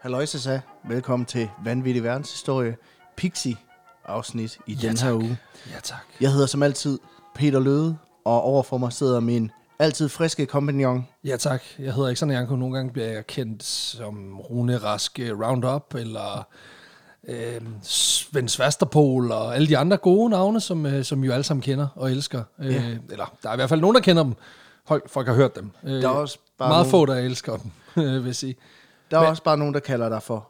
Halløjsa sagde, velkommen til Vanvittig Verdenshistorie, Pixie-afsnit i ja, den her uge. Ja, tak. Jeg hedder som altid Peter Løde, og overfor mig sidder min altid friske kompagnon. Ja, tak. Jeg hedder Alexander Janko. Nogle gange bliver jeg kendt som Rune Rask øh, Roundup, eller øh, Svend Svasterpol, og alle de andre gode navne, som, øh, som I jo alle sammen kender og elsker. Øh, Ja. Eller, der er i hvert fald nogen, der kender dem. Folk, folk har hørt dem. Øh, Der er også bare meget nogle- få, der elsker dem, øh, vil jeg sige. Der er også bare nogen, der kalder dig for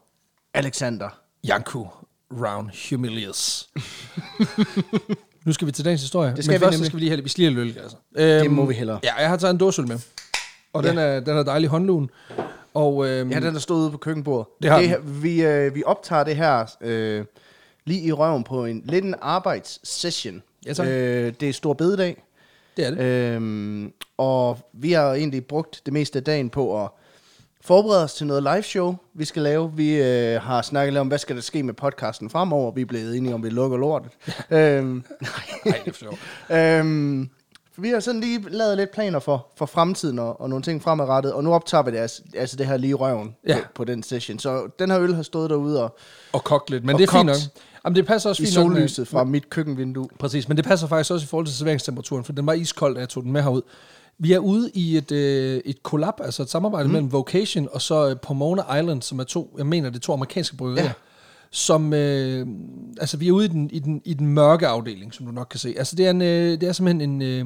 Alexander. Janko Round Humilius. nu skal vi til dagens historie. Det skal Men vi først så nemlig. skal vi lige have, vi skal lige have lidt øl, altså. Øhm, må vi hellere. Ja, jeg har taget en dåseøl med. Og ja. den, er, den er dejlig håndlun. Og, øhm, Ja, den der stod ude på køkkenbordet. Det har den. her- vi, øh, vi optager det her øh, lige i røven på en lidt en arbejdssession. Ja, tak. Øh, det er stor bededag. det er det. Øhm, og vi har egentlig brugt det meste af dagen på at forberede os til noget liveshow, vi skal lave. Vi øh, har snakket lidt om, hvad skal der ske med podcasten fremover. Vi er blevet enige om, at vi lukker lortet. øhm, Nej, det er for sjovt. øhm, vi har sådan lige lavet lidt planer for, for fremtiden og, og nogle ting fremadrettet, og nu optager vi det, altså, altså det her lige i røven Ja. på, på den session. Så den her øl har stået derude og, Og kogt lidt, men Og det er fint kogt. nok. Jamen, det passer også i fint nok. øh, med- sollyset fra mit køkkenvindue. Præcis, men det passer faktisk også i forhold til serveringstemperaturen, for den var iskold, da jeg tog den med herud. Vi er ude i et, øh, et kollab, altså et samarbejde mm. mellem Vocation og så øh, Pomona Island, som er to, jeg mener, det er to amerikanske bryggerier. Ja. Ja. Som, øh, altså vi er ude i den, i, den, i den mørke afdeling, som du nok kan se. Altså det er, en, øh, det er simpelthen en, øh,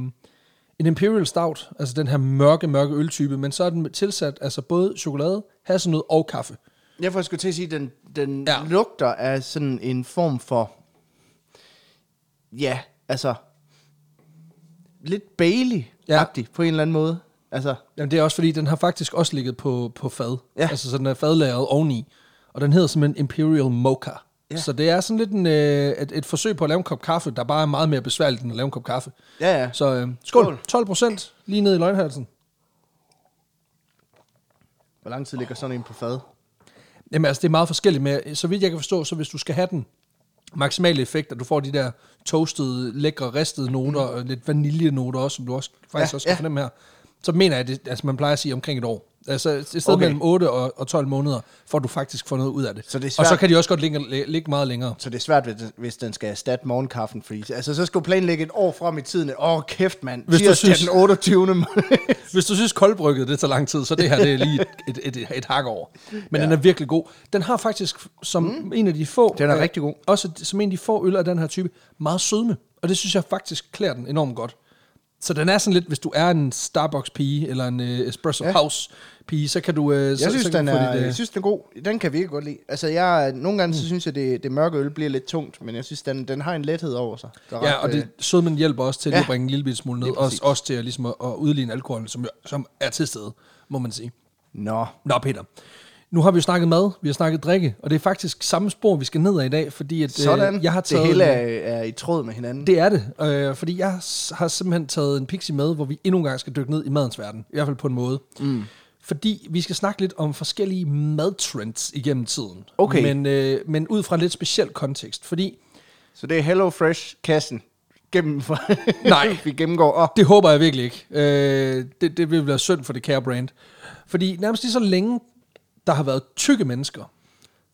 en Imperial Stout, altså den her mørke, mørke øltype, men så er den tilsat altså både chokolade, hasselnød og kaffe. Jeg får sgu til at sige, at den, den Ja. ja. lugter af sådan en form for... Ja, altså... Lidt Bailey-agtig ja. på en eller anden måde. Altså, Jamen, det er også fordi, den har faktisk også ligget på, på fad. Ja. Ja. Altså, så den er fadlagret oveni. Og den hedder simpelthen Imperial Mocha. Ja. Ja. Så det er sådan lidt en, øh, et, et forsøg på at lave en kop kaffe, der bare er meget mere besværligt end at lave en kop kaffe. ja, ja. Så øh, skål. skål. Skål. 12 procent lige ned i løgnhalsen. Hvor lang tid ligger sådan en på fad? Jamen altså, det er meget forskelligt med, så vidt jeg kan forstå, så hvis du skal have den maksimale effekt, at du får de der toastede, lækre, ristede noter, og lidt vaniljenoter også, som du også, faktisk ja, Ja, også kan ja. ja. fornemme her, så mener jeg, at det, altså, man plejer at sige omkring et år. Altså et sted okay. Okay. mellem 8 og, og 12 måneder, får du faktisk får noget ud af det. Så det er og så svært. kan de også godt ligge, ligge meget længere. Så det er svært, hvis den- hvis den skal erstatte morgenkaffen, fordi altså, så skal du planlægge et år frem i tiden. Åh, oh, kæft, mand. Hvis du Tirsdag synes- den 28. maj. Hvis du synes, koldbrygget det tager lang tid, så det her det er lige et, et, et, et hak over. Men ja. den er virkelig god. Den har faktisk, som mm. en af de få... Den er øh, rigtig god. Også som en af de få øl af den her type, meget sødme. Og det synes jeg faktisk klæder den enormt godt. Så den er sådan lidt, hvis du er en Starbucks-pige, eller en øh, Espresso Ja. House-pige, så kan du... Øh, så, Jeg synes, så kan den du få er, dit, øh, jeg synes, den er god. Den kan vi godt lide. Altså, jeg, nogle gange Mm. så synes jeg, det, det mørke øl bliver lidt tungt, men jeg synes, den, den har en lethed over sig. Der er Ja, ret, og øh, det, sødmen hjælper også til ja, Ja. at bringe en lille bitte smule ned, Lige også, præcis. også til at, ligesom at, at udligne alkoholen, som, jo- som er til stede, må man sige. Nå, Nå, Peter. Nu har vi jo snakket mad, vi har snakket drikke, og det er faktisk samme spor, vi skal ned ad i dag, fordi at, øh, Sådan. jeg har taget... det hele er, er i tråd med hinanden. det er det, øh, fordi jeg s- har simpelthen taget en pixie med, hvor vi endnu en gang skal dykke ned i madens verden. I hvert fald på en måde. Mm. Fordi vi skal snakke lidt om forskellige madtrends igennem tiden. Okay. Men, øh, men ud fra en lidt speciel kontekst, fordi Så det er Hello Fresh kassen gennem for Nej. vi gennemgår. Oh, Det håber jeg virkelig ikke. Øh, det, det vil være synd for det kære brand. Fordi nærmest lige så længe, der har været tykke mennesker,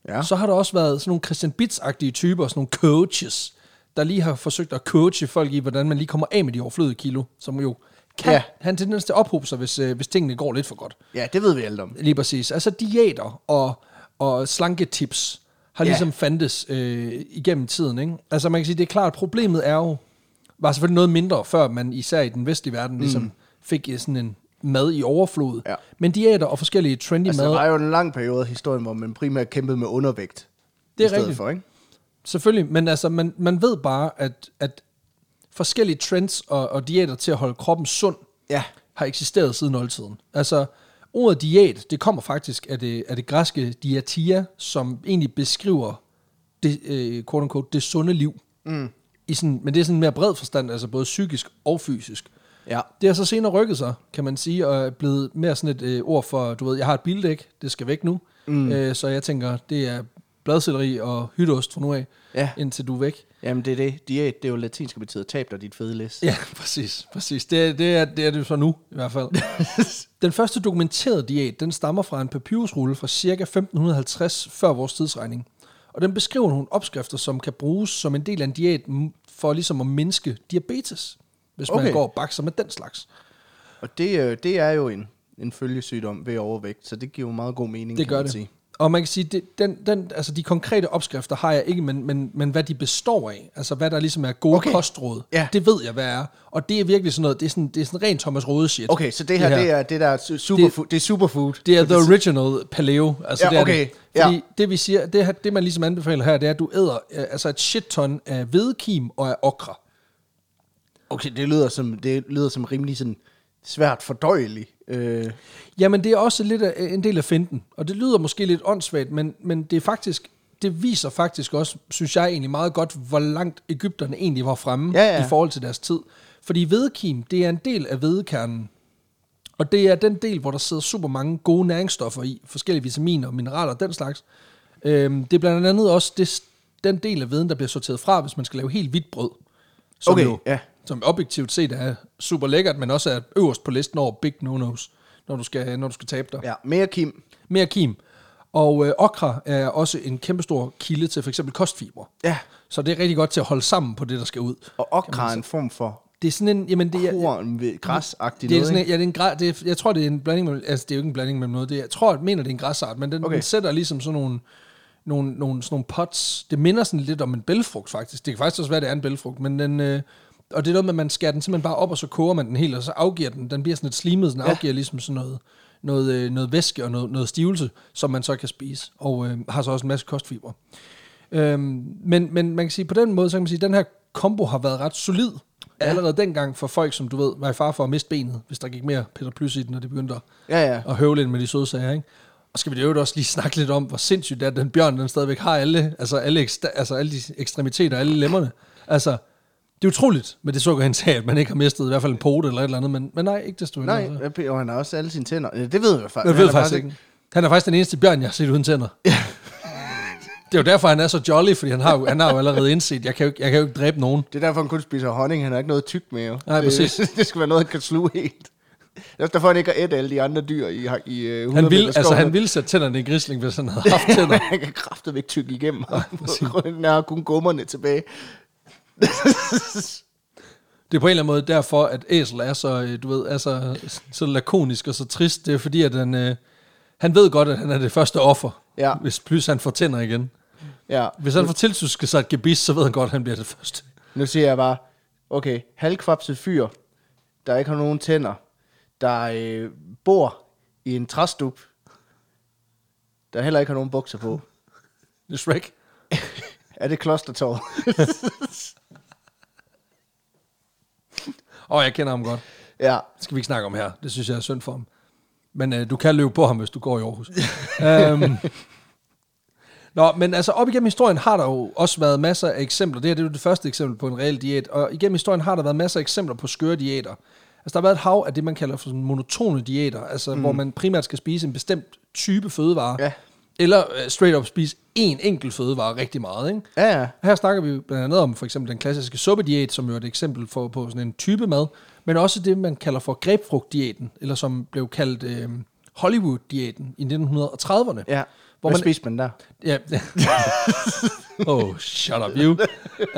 ja. så har der også været sådan nogle Christian Bits-agtige typer, sådan nogle coaches, der lige har forsøgt at coache folk i, hvordan man lige kommer af med de overflødige kilo, som jo kan ja. Ja. have en tendens til at ophobe sig, hvis, øh, hvis tingene går lidt for godt. ja, det ved vi alt om. Lige præcis. Altså diæter og, og slanketips har Ja. ligesom fandtes øh, igennem tiden. Ikke? Altså man kan sige, det er klart, problemet er jo, var selvfølgelig noget mindre, før man især i den vestlige verden ligesom mm. fik øh, sådan en mad i overflod. Ja. Men diæter og forskellige trendy Altså, altså, der var mad, jo en lang periode af historien, hvor man primært kæmpede med undervægt. Det er i stedet rigtigt. For, ikke? selvfølgelig, men altså man, man ved bare, at, at forskellige trends og, og diæter til at holde kroppen sund, Ja. har eksisteret siden oldtiden. Altså, ordet diæt, det kommer faktisk af det, af det græske diatia, som egentlig beskriver det, øh, quote unquote, det sunde liv. Mm. I sådan, men det er sådan en mere bred forstand, altså både psykisk og fysisk. Ja. Det har så senere rykket sig, kan man sige, og er blevet mere sådan et øh, ord for, du ved, jeg har et bildæk, det skal væk nu. Mm. Øh, så jeg tænker, det er bladcelleri og hytteost fra nu af, Ja. indtil du er væk. Jamen, det er det. Diæt, det er jo latinsk, der betyder tab dig dit fede læs. Ja, præcis. præcis. Det, er- det, er, det er det jo så nu, i hvert fald. den første dokumenterede diæt, den stammer fra en papyrusrulle fra ca. 1550 før vores tidsregning. Og den beskriver nogle opskrifter, som kan bruges som en del af en diæt m- for ligesom at mindske diabetes, hvis okay. Okay. man går og bakser med den slags. Og det, øh, det er jo en, en følgesygdom ved overvægt, så det giver jo meget god mening, Det kan gør man det. sige. Og man kan sige, det, den, den, altså de konkrete opskrifter har jeg ikke, men, men, men hvad de består af, altså hvad der ligesom er gode Okay. okay. kostråd, Ja. det ved jeg, hvad er. Og det er virkelig sådan noget, det er sådan, det er sådan rent Thomas Rode shit. Okay, så det her, det, er det der er su- superfood. Det, det er superfood. Det er Fordi the original paleo. Altså, Ja, det er okay. Det. Fordi Ja. det, vi siger, det, her- det, man ligesom anbefaler her, det er, at du æder øh, altså et shit ton af hvedkim og af okra. Okay, det lyder som, det lyder som rimelig sådan svært fordøjelig. Øh, Jamen, det er også lidt af, en del af finten. Og det lyder måske lidt åndssvagt, men, men det er faktisk det viser faktisk også, synes jeg egentlig meget godt, hvor langt Ægypterne egentlig var fremme Ja, ja. i forhold til deres tid. Fordi hvedekim, det er en del af hvedekernen, Og det er den del, hvor der sidder super mange gode næringsstoffer i, forskellige vitaminer, mineraler og den slags. Øhm, det er blandt andet også det, den del af veden, der bliver sorteret fra, hvis man skal lave helt hvidt brød. Som Okay, ja. Som objektivt set er super lækkert, men også er øverst på listen over big no-nos, når du skal, når du skal tabe dig. Ja. ja, mere Kim. Mere kim. Og øh, okra er også en kæmpestor kilde til for eksempel kostfibre. Ja. Så det er rigtig godt til at holde sammen på det, der skal ud. Og okra er en form for Det er sådan en... Jamen, det er, korn ved græsagtigt det er noget, sådan, ikke? en- ja, det er en græ, det er, jeg tror, det er en blanding mellem, altså det er jo ikke en blanding mellem noget, det er, jeg tror, jeg mener, det er en græsart, men den, Okay. okay. den sætter ligesom sådan nogle, nogle, nogle, sådan nogle pots, det minder sådan lidt om en bælfrugt faktisk, det kan faktisk også være, det er en bælfrugt, men den, øh, og det er noget med, at man skærer den simpelthen bare op, og så koger man den helt, og så afgiver den, den bliver sådan lidt slimet, den Ja. afgiver ligesom sådan noget, noget, øh, noget væske og noget, noget stivelse, som man så kan spise, og øh, har så også en masse kostfibre. Øhm, men, men man kan sige, på den måde, så kan man sige, at den her kombo har været ret solid ja. allerede dengang for folk, som du ved, var i far for at miste benet, hvis der gik mere Peter Plys i den, og det begyndte at, Ja, ja. at høvle ind med de søde sager, ikke? Og skal vi jo også lige snakke lidt om, hvor sindssygt det er, at den bjørn, den stadigvæk har alle, altså alle, eksta, altså alle de ekstremiteter, alle lemmerne. Altså, det er utroligt med det sukkerhensag, at man ikke har mistet i hvert fald en pote eller et eller andet, men, men nej, ikke desto Nej, mindre. hvad pe- og han har også alle sine tænder. Ja, Det ved jeg faktisk. Jeg Han ved er faktisk ikke. Han er faktisk den eneste bjørn, jeg har set uden tænder. det er jo derfor, han er så jolly, fordi han har jo, han har jo allerede indset, jeg kan jo, ikke- jeg kan jo ikke dræbe nogen. Det er derfor, han kun spiser honning. Han har ikke noget tykt med. jo. Nej, det, præcis. det skal være noget, han kan sluge helt. Det er også derfor, han ikke har et alle de andre dyr i, i øh, 100 Han ville, meter altså, skoven. han ville sætte tænderne i grisling, hvis han havde haft tænder. han kan kraftedeme ikke tykke igennem. Han har kun gummerne tilbage. Det er på en eller anden måde derfor, at æsel er så, øh, du ved, er så, så lakonisk og så trist. Det er fordi, at han, øh, han ved godt, at han er det første offer, Ja. hvis plus han får tænder igen. Ja. Hvis han får tilsusket sig et gebis, så ved han godt, at han bliver det første. Nu siger jeg bare, okay, halvkvapset fyr, der ikke har nogen tænder, der øh, bor i en træstup, der heller ikke har nogen bukser på. Det er Shrek. Er det klostertår? Åh, oh, jeg kender ham godt. ja. Det skal vi ikke snakke om her. Det synes jeg er synd for ham. Men øh, du kan løbe på ham, hvis du går i Aarhus. øhm. Nå, men altså op igennem historien har der jo også været masser af eksempler. Det her det er jo det første eksempel på en reel diæt. Og igennem historien har der været masser af eksempler på skøre diæter. Altså der har været et hav af det, man kalder for sådan monotone diæter. Altså mm. hvor man primært skal spise en bestemt type fødevare. Ja. Eller øh, straight up spise én enkelt fødevare rigtig meget, ikke? Ja, ja. Her snakker vi blandt andet om for eksempel den klassiske suppediæt, som jo er et eksempel for, på sådan en type mad, men også det, man kalder for grebfrugtdiæten, eller som blev kaldt øh, Hollywood-diæten i 1930'erne. ja. Hvor Hvor Hvad man- man... spiste man der? Ja. oh, shut up you.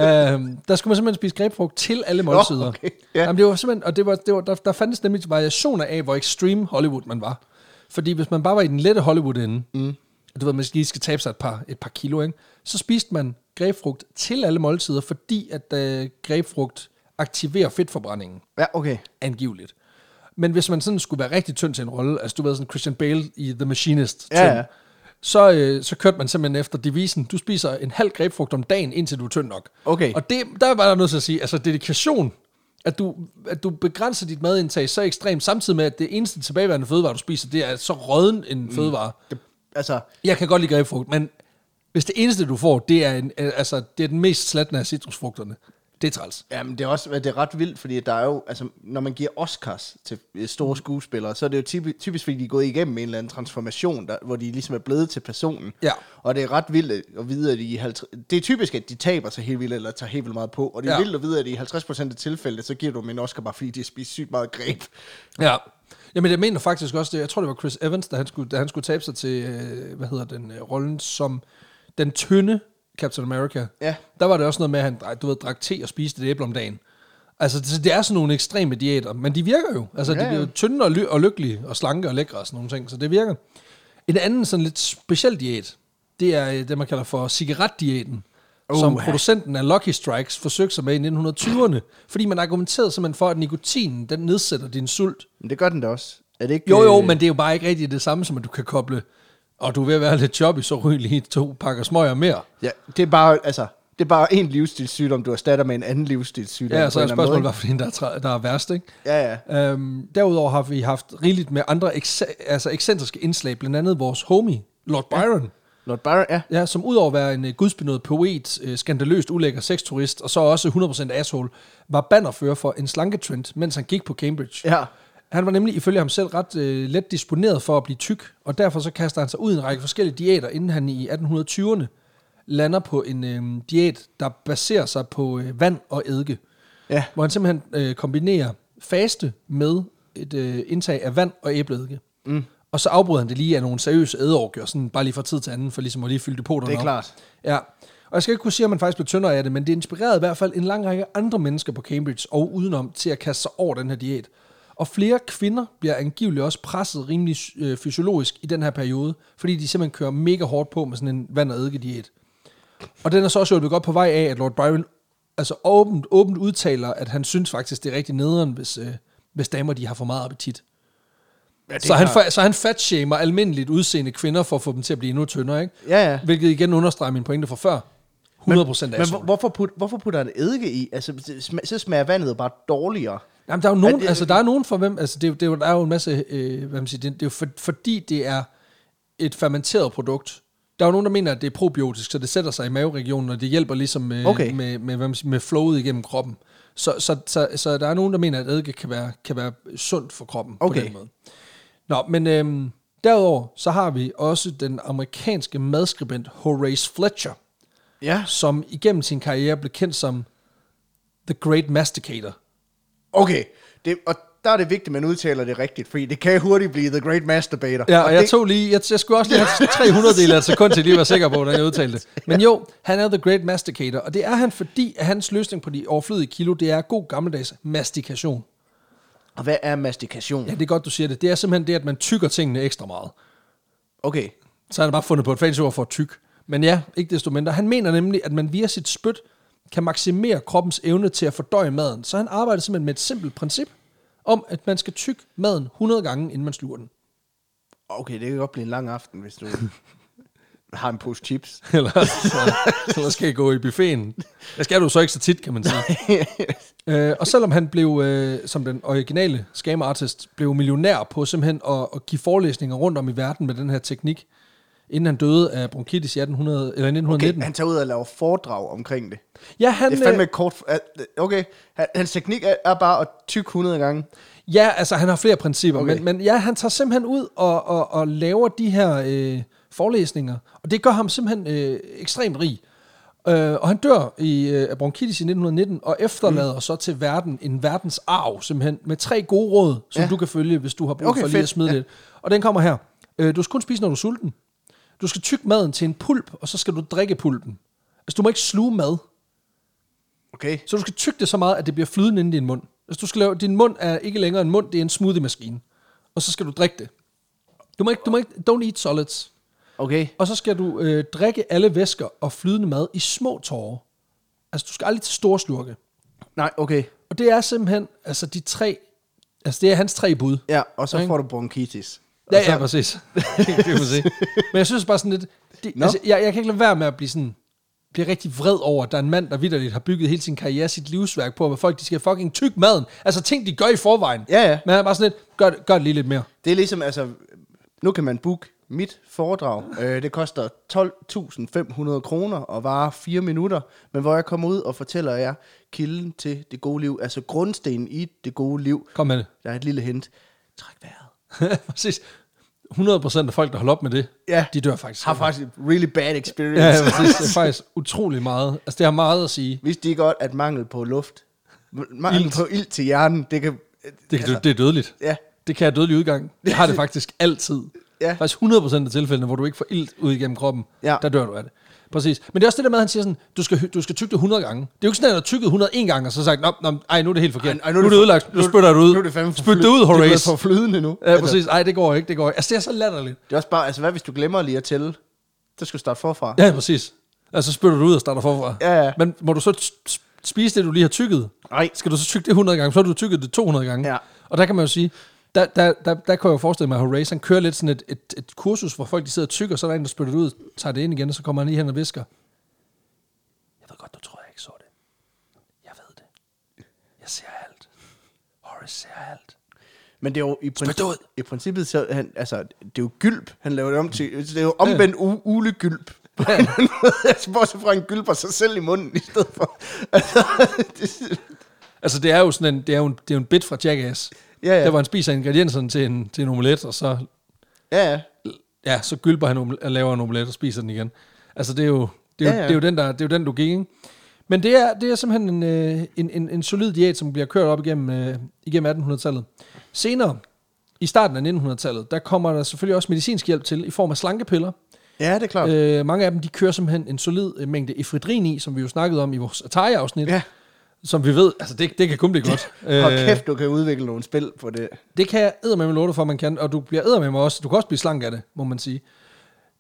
øhm, der skulle man simpelthen spise grebfrugt til alle måltider. okay. Ja. Jamen, det var simpelthen, og det var, det var, der, der fandtes nemlig variationer af, hvor extreme Hollywood man var. Fordi hvis man bare var i den lette Hollywood-ende, mm. du ved, man lige skal tabe sig et par, et par kilo, ikke? så spiste man grebfrugt til alle måltider, fordi at øh, grebfrugt aktiverer fedtforbrændingen Ja, okay. angiveligt. Men hvis man sådan skulle være rigtig tynd til en rolle, altså du ved sådan Christian Bale i The Machinist, Ja, tynd, ja. så, øh, så kørte man simpelthen efter devisen, du spiser en halv grebfrugt om dagen, indtil du er tynd nok. Okay. Og det, der var der nødt til at sige, altså dedikation, at du, at du begrænser dit madindtag så ekstremt, samtidig med, at det eneste tilbageværende fødevare, du spiser, det er så rødden en mm. fødevare. Det, altså, Jeg kan godt lide grebfrugt, men hvis det eneste, du får, det er, en, øh, altså, det er den mest slatne af citrusfrugterne, Det er træls. Jamen, det er også det er ret vildt, fordi der er jo, altså, når man giver Oscars til øh, store Mm. skuespillere, så er det jo typisk, typisk fordi de er gået igennem en eller anden transformation, der, hvor de ligesom er blevet til personen. Ja. Og det er ret vildt øh, at vide, at de i 50, det er typisk, at de taber sig helt vildt, eller tager helt vildt meget på. Og det er Ja. ja. vildt at vide, at i 50% af tilfælde, så giver du dem en Oscar, bare fordi de har spist sygt meget greb. Ja. Jamen, jeg mener faktisk også det. Jeg tror, det var Chris Evans, da han skulle, da han skulle tabe sig til, øh, hvad hedder den, øh, rollen som den tynde Captain America. Ja. Der var det også noget med, at han drak- du ved, drak te og spiste et æble om dagen. Altså, det, så det er sådan nogle ekstreme diæter, men de virker jo. Altså, ja, Ja, de bliver jo ja. tynde og, ly- og lykkelige og slanke og lækre og sådan nogle ting, så det virker. En anden sådan lidt speciel diæt, det er øh, det, man kalder for cigaretdiæten, uh, som Uha. producenten af Lucky Strikes forsøgte sig med i 1920'erne, fordi man argumenterede simpelthen for, at nikotinen den nedsætter din sult. Men det gør den da også. Er det ikke, Jo, jo, øh, men det er jo bare ikke rigtig det samme, som at du kan koble, og du er ved at være lidt jobbig, så ryg lige to pakker smøger mere. Ja, det er bare, altså, det er bare en livsstilssygdom, du erstatter med en anden livsstilssygdom. Ja, så på er en eller anden spørgsmålet, måde, hvad for en, der er, træ- der er værst, ikke? ikke? Ja, ja. Øhm, derudover har vi haft rigeligt med andre ekse- altså ekscentriske indslag, blandt andet vores homie, Lord Byron, Lord Byron, ja. ja. som udover at være en uh, gudsbenået poet, uh, skandaløst ulækker sexturist, og så også 100% asshole, var bannerfører for en slanketrend, mens han gik på Cambridge. Ja. Han var nemlig ifølge ham selv ret øh, let disponeret for at blive tyk, og derfor så kaster han sig ud i en række forskellige diæter, inden han i 1820'erne lander på en øh, diæt, der baserer sig på øh, vand og eddike. Ja. Hvor han simpelthen øh, kombinerer faste med et øh, indtag af vand og æbleeddike. Mm. Og så afbryder han det lige af nogle seriøse ædeorgier, sådan bare lige fra tid til anden, for ligesom at lige fylde depoterne Det er op. klart. Ja. Og jeg skal ikke kunne sige, at man faktisk blev tyndere af det, men det inspirerede i hvert fald en lang række andre mennesker på Cambridge og udenom til at kaste sig over den her diæt. Og flere kvinder bliver angiveligt også presset rimelig øh, fysiologisk i den her periode, fordi de simpelthen kører mega hårdt på med sådan en vand- og eddike-diæt. Og den er så også hjulpet godt på vej af, at Lord Byron altså åbent, åbent udtaler, at han synes faktisk, det er rigtig nederen, hvis, øh, hvis damer de har for meget appetit. ja det er Så han, klart. fa- så han fatshamer almindeligt udseende kvinder for at få dem til at blive endnu tyndere, ikke? Ja, ja. Hvilket igen understreger min pointe fra før. 100% Men af hvor- hvorfor, put, hvorfor putter han eddike i? Altså, det sma- så smager vandet jo bare dårligere. Jamen, der er jo nogen, det- altså, der er nogen for hvem, altså, det, er jo- det, er jo- der er jo en masse, øh, hvad man siger, det, det er jo for, fordi det er et fermenteret produkt. Der er jo nogen, der mener, at det er probiotisk, så det sætter sig i maveregionen, og det hjælper ligesom øh, Okay. med, med, hvad man siger, med flowet igennem kroppen. Så, så, så, så der er nogen, der mener, at eddike kan være, kan være sundt for kroppen på Okay. den måde. Nå, men øhm, derudover, så har vi også den amerikanske madskribent Horace Fletcher, Ja. som igennem sin karriere blev kendt som The Great Masticator. Okay, det, og der er det vigtigt, at man udtaler det rigtigt, fordi det kan hurtigt blive The Great Masturbator. Ja, og jeg det, tog lige, jeg, jeg skulle også lige have 300 dele af et sekund til lige at være sikker på, hvordan jeg udtalte det. Men jo, han er The Great Masticator, og det er han, fordi at hans løsning på de overflødige kilo, det er god gammeldags mastikation. Og hvad er mastikation? Ja, Ja. det er godt, du siger det. Det er simpelthen det, at man tykker tingene ekstra meget. Okay, Så har han bare fundet på et fancy ord for tyk. Men ja, ikke desto mindre. Han mener nemlig, at man via sit spyt kan maksimere kroppens evne til at fordøje maden. Så han arbejder simpelthen med et simpelt princip om, at man skal tykke maden 100 gange, inden man sluger den. okay, det kan godt blive en lang aften, hvis du har en pose chips. Eller så, så skal jeg gå i buffeten. Det skal du så ikke så tit, kan man sige. øh, og selvom han blev, øh, som den originale scam artist, blev millionær på simpelthen at, at give forelæsninger rundt om i verden med den her teknik, inden han døde af bronkitis i 1800, eller Okay, 1919. han tager ud og laver foredrag omkring det. ja, han, Det er fandme øh, et kort... Okay, han- hans teknik er- er bare at tykke 100 gange. ja, altså han har flere principper, okay. Okay. men, men ja, han tager simpelthen ud og, og, og laver de her øh, forelæsninger, og det gør ham simpelthen øh, ekstremt rig. Øh, og han dør i, øh, af bronkitis i 1919, og efterlader mm. så til verden en verdensarv, simpelthen, med tre gode råd, som ja. Ja. du kan følge, hvis du har brug okay, Okay, for lige at fedt. smide ja. Ja. lidt. Og den kommer her. Øh, du skal kun spise, når du er sulten. Du skal tykke maden til en pulp, og så skal du drikke pulpen. Altså, du må ikke sluge mad. Okay, Så du skal tykke det så meget, at det bliver flydende inde i din mund. Altså, du skal lave, din mund er ikke længere en mund, det er en smoothie-maskine. Og så skal du drikke det. Du må ikke, du må ikke, don't eat solids. okay. Og så skal du øh, drikke alle væsker og flydende mad i små tårer. Altså, du skal aldrig til store slurke. Nej, okay. Og det er simpelthen, altså de tre, altså det er hans tre bud. Ja, og så Okay. får du bronkitis. Og Ja, så- ja, præcis. det kan man sige. Men jeg synes bare sådan lidt, det, Nå. altså, jeg, jeg kan ikke lade være med at blive sådan, blive rigtig vred over, at der er en mand, der vidderligt har bygget hele sin karriere, sit livsværk på, at folk de skal fucking tyk maden. Altså ting, de gør i forvejen. Ja, ja. Men han er bare sådan lidt, gør, det- gør det lige lidt mere. Det er ligesom, altså, nu kan man booke Mit foredrag, øh, det koster 12.500 kroner og varer 4 minutter, men hvor jeg kommer ud og fortæller jer kilden til det gode liv, altså grundstenen i det gode liv. Kom med det. Der er et lille hint. Træk vejret. præcis. 100% af folk, der holder op med det, Ja. de dør faktisk. Har faktisk et really bad experience. Ja, ja, præcis. Det er faktisk utrolig meget. Altså, det har meget at sige. Vidste de godt, at mangel på luft, mangel Ilt. ilt. på ild til hjernen, det kan... Det, Altså- kan, det er dødeligt. Ja, Det kan have dødelig udgang. Det har det faktisk altid. Ja. Faktisk 100% af tilfældene, hvor du ikke får ilt ud igennem kroppen, Ja. der dør du af det. Præcis. Men det er også det der med, at han siger sådan, du skal, du skal tygge det 100 gange. Det er jo ikke sådan, at han har tykket 101 gange, og så sagt, nå, nå, ej, nu er det helt forkert. Ej, ej, nu, er det for- ødelagt, nu, spytter du ud. Nu er det fandme for Spyt det flyd- ud, Det er Horace. blevet for flydende nu. Ja, præcis. Ej, det går ikke, det går ikke. Altså, det er så latterligt. Det er også bare, altså hvad hvis du glemmer lige at tælle? Så skal du starte forfra. Ja, præcis. Altså, så spytter du ud og starter forfra. Ja, ja. Men må du så s- s- spise det, du lige har tykket? Nej. Skal du så tygge det 100 gange, så har du tykket det 200 gange. Ja. Og der kan man jo sige, der, der, der, der kan jeg jo forestille mig, at Horace, han kører lidt sådan et, et, et kursus, hvor folk de sidder og tykker, så er der en, der spytter det ud, tager det ind igen, og så kommer han lige hen og visker. Jeg ved godt, du tror, jeg ikke så det. Jeg ved det. Jeg ser alt. Horace ser alt. Men det er jo i, Spyt ud. princi- i princippet, så han, altså, det er jo gylp, han laver det om til. Det er jo omvendt u- ulegylp. På en eller anden måde. altså, bortset fra, at han gylper sig selv i munden i stedet for. Altså, det, Altså, det er jo sådan en, det er jo en, det er jo en bit fra Jackass. Ja, ja. Der, hvor han spiser ingredienserne til en, til en omelet, og så ja, ja. ja, så gylper han omel- og laver en omelet og spiser den igen. Altså, det er jo, det er jo, Ja, ja, ja. ja. Det er jo den, der, det er jo den logik, ikke? Men det er, det er simpelthen en, øh, en, en, en solid diæt, som bliver kørt op igennem, øh, igennem 1800-tallet. Senere, i starten af 1900-tallet, der kommer der selvfølgelig også medicinsk hjælp til i form af slankepiller. ja, det er klart. Øh, Øh, mange af dem, de kører simpelthen en solid øh, mængde efedrin i, som vi jo snakkede om i vores Atari-afsnit. ja. Som vi ved, altså det, det kan kun blive godt. Hold kæft, du kan udvikle nogle spil på det. Det kan jeg eddermame love dig for, man kan, og du bliver eddermame også. Du kan også blive slank af det, må man sige.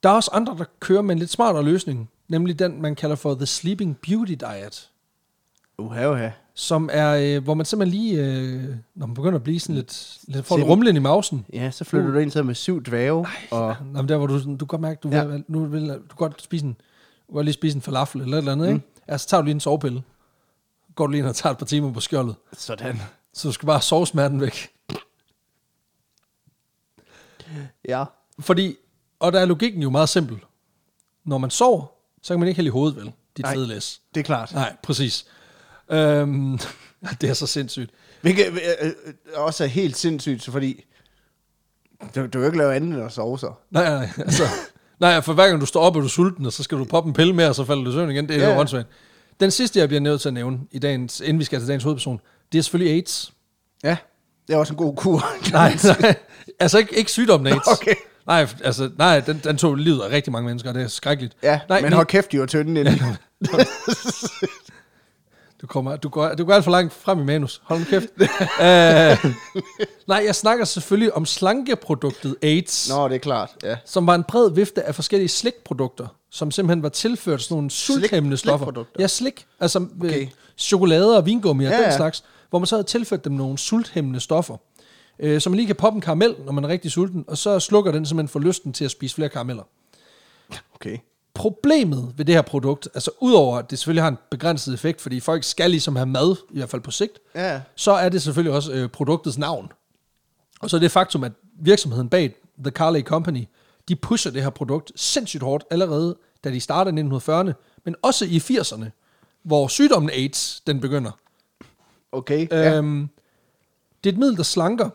Der er også andre, der kører med en lidt smartere løsning, nemlig den, man kalder for The Sleeping Beauty Diet, Uha, uha. som er, øh, hvor man simpelthen lige, øh, når man begynder at blive sådan lidt, lidt får Se lidt nu. rumlen i mausen. Ja, så flytter uh. du ind så med syv dvæve. Og, Nå, men der, hvor du, sådan, du kan godt mærke, du, Ja. vil, nu vil, du kan godt spise en, du kan godt lige spise en falafel eller et eller andet, mm. ikke? Altså, så tager du lige en sovepille. Går du lige ind og tager et par timer på skjoldet. sådan. Så du skal bare sove smerten væk. Ja. Fordi, og der er logikken jo meget simpel. Når man sover, så kan man ikke hælde i hovedet, vel? Dit Nej. fede læs. Det er klart. Nej, præcis. Øhm, det er så sindssygt. Hvilket øh, øh, også er helt sindssygt, så fordi du, du kan jo ikke lave andet end at sove så. Nej, nej, nej, altså, nej, for hver gang du står op, er du sulten, og så skal du poppe en pille med, og så falder du i søvn igen. Det er Ja, ja, ja. jo åndssvagt. Den sidste, jeg bliver nødt til at nævne, i dagens, inden vi skal til dagens hovedperson, det er selvfølgelig AIDS. Ja. Det er også en god kur. Nej, nej. Altså ikke, ikke sygdommen AIDS. Okay. Nej, altså, nej den, den tog livet af rigtig mange mennesker, og det er skrækkeligt. Ja, nej, nej, men hold kæft, de var tynde inden. Du, kommer, du, går, du går alt for langt frem i manus. Hold nu kæft. Æh, nej, jeg snakker selvfølgelig om slankeproduktet AIDS, Nå. Nå, det er klart, ja. som var en bred vifte af forskellige slikprodukter, som simpelthen var tilført sådan nogle sulthæmmende stoffer. slikprodukter? Ja, slik. Altså okay. Okay. øh, chokolade og vingummi og Ja, ja, den ja. slags, hvor man så havde tilført dem nogle sulthæmmende stoffer. Øh, så man lige kan poppe en karamel, når man er rigtig sulten, og så slukker den simpelthen for lysten til at spise flere karameller. Okay. Problemet ved det her produkt, altså udover at det selvfølgelig har en begrænset effekt, fordi folk skal ligesom have mad, i hvert fald på sigt, Ja. så er det selvfølgelig også øh, produktets navn. Og så er det faktum, at virksomheden bag The Carly Company, de pusher det her produkt sindssygt hårdt allerede, da de startede i 1940'erne, men også i 80'erne, hvor sygdommen AIDS, den begynder. Okay, ja. Øhm, det er et middel, der slanker,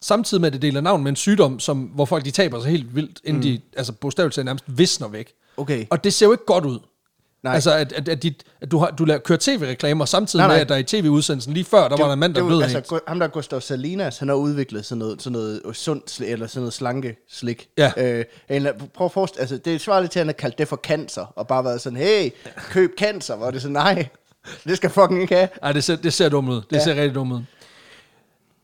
samtidig med, at det deler navn med en sygdom, som, hvor folk de taber sig helt vildt, inden mm. de altså, bogstaveligt talt nærmest visner væk. Okay. Og det ser jo ikke godt ud. Nej. Nej. Altså, at, at, at, dit, at du, har, du lader, kører tv-reklamer, samtidig Nej, nej, nej. nej. med, at der i tv-udsendelsen lige før, der det, var der en mand, der det, blev blev altså, altså, Gu- ham der Gustav Salinas, han har udviklet sådan noget, sådan noget øh, sundt, sli- eller sådan noget slanke slik. Ja. Øh, en, eller- prøv at forestille, altså, det er svarligt til, at han har kaldt det for cancer, og bare været sådan, hey, køb cancer, hvor det sådan, nej, det skal fucking ikke have. Ej, det ser, det ser dumt ud. Det Ja. ja. ser rigtig dumt ud.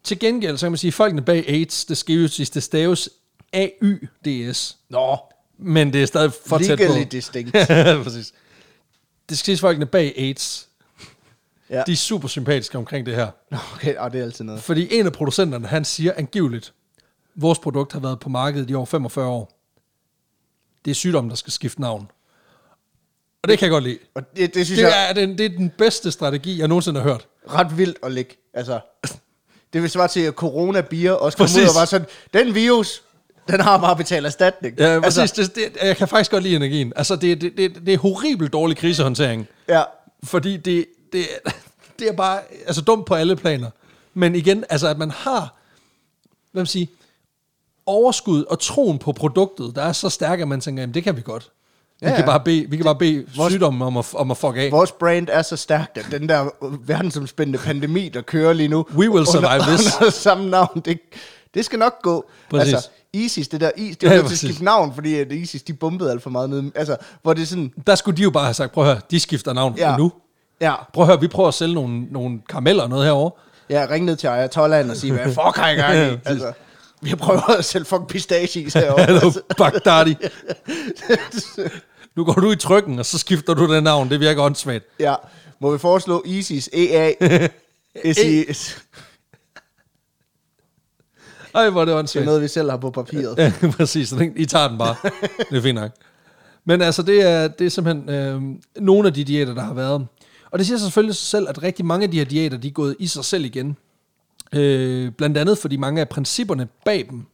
Til gengæld, så kan man sige, at folkene bag AIDS, det skrives, det staves A-Y-D-S. Nå. Men det er stadig for tæt på. Legally distinct. Præcis. Det skal siges, folkene bag AIDS, Ja. ja. de er super sympatiske omkring det her. Nå, Okay, og det er altid noget. Fordi en af producenterne, han siger angiveligt, vores produkt har været på markedet i over 45 år. Det er sygdommen, der skal skifte navn. Og det kan jeg godt lide. Og det, det synes Det jeg er den, det er den bedste strategi, jeg nogensinde har hørt. er ret vildt at lægge. Altså, det vil svare til, at corona-bier også kom ud Præcis. og var sådan, den virus, Den har bare betalt erstatning. Ja, præcis. Altså, det, det, jeg kan faktisk godt lide energien. Altså, det, det, det, det er horribelt dårlig krisehåndtering. ja. Fordi det, det, det er bare altså, dumt på alle planer. Men igen, altså at man har hvad man siger, overskud og troen på produktet, der er så stærk, at man tænker, jamen det kan vi godt. Vi Ja, ja, kan ja. bare bede, vi kan bare bede vores- sygdommen om at, om at fuck af. Vores brand er så stærkt, at den der verdensomspændende pandemi, der kører lige nu... We will survive under, this. Under samme navn, det, det skal nok gå. Præcis. Altså, ISIS, det der IS, det Ja, var nødt til at præcis. skifte navn, fordi at ISIS, de bombede alt for meget ned. Altså, hvor det er sådan... Der skulle de jo bare have sagt, prøv at høre, de skifter navn Ja. ja. nu. Ja, Prøv at høre, vi prøver at sælge nogle, nogle karameller og noget herovre. ja ring ned til Ayatollah og sige, hvad fuck har jeg gang i? Altså, vi prøver at sælge fucking pistachies herovre. Hallo, Bagdadi. Nu går du i trykken, og så skifter du det navn. Det virker åndssvagt. Ja. Må vi foreslå ISIS, E EA, E SIS. Ej, hvor er det Det er åndssvagt. noget, vi selv har på papiret. Ja, præcis. Så den, I tager den bare. det er fint nok. Men altså, det er, det er simpelthen øh, nogle af de diæter, der har været. Og det siger sig selvfølgelig sig selv, at rigtig mange af de her diæter, de er gået i sig selv igen. Øh, blandt andet fordi mange af principperne bag dem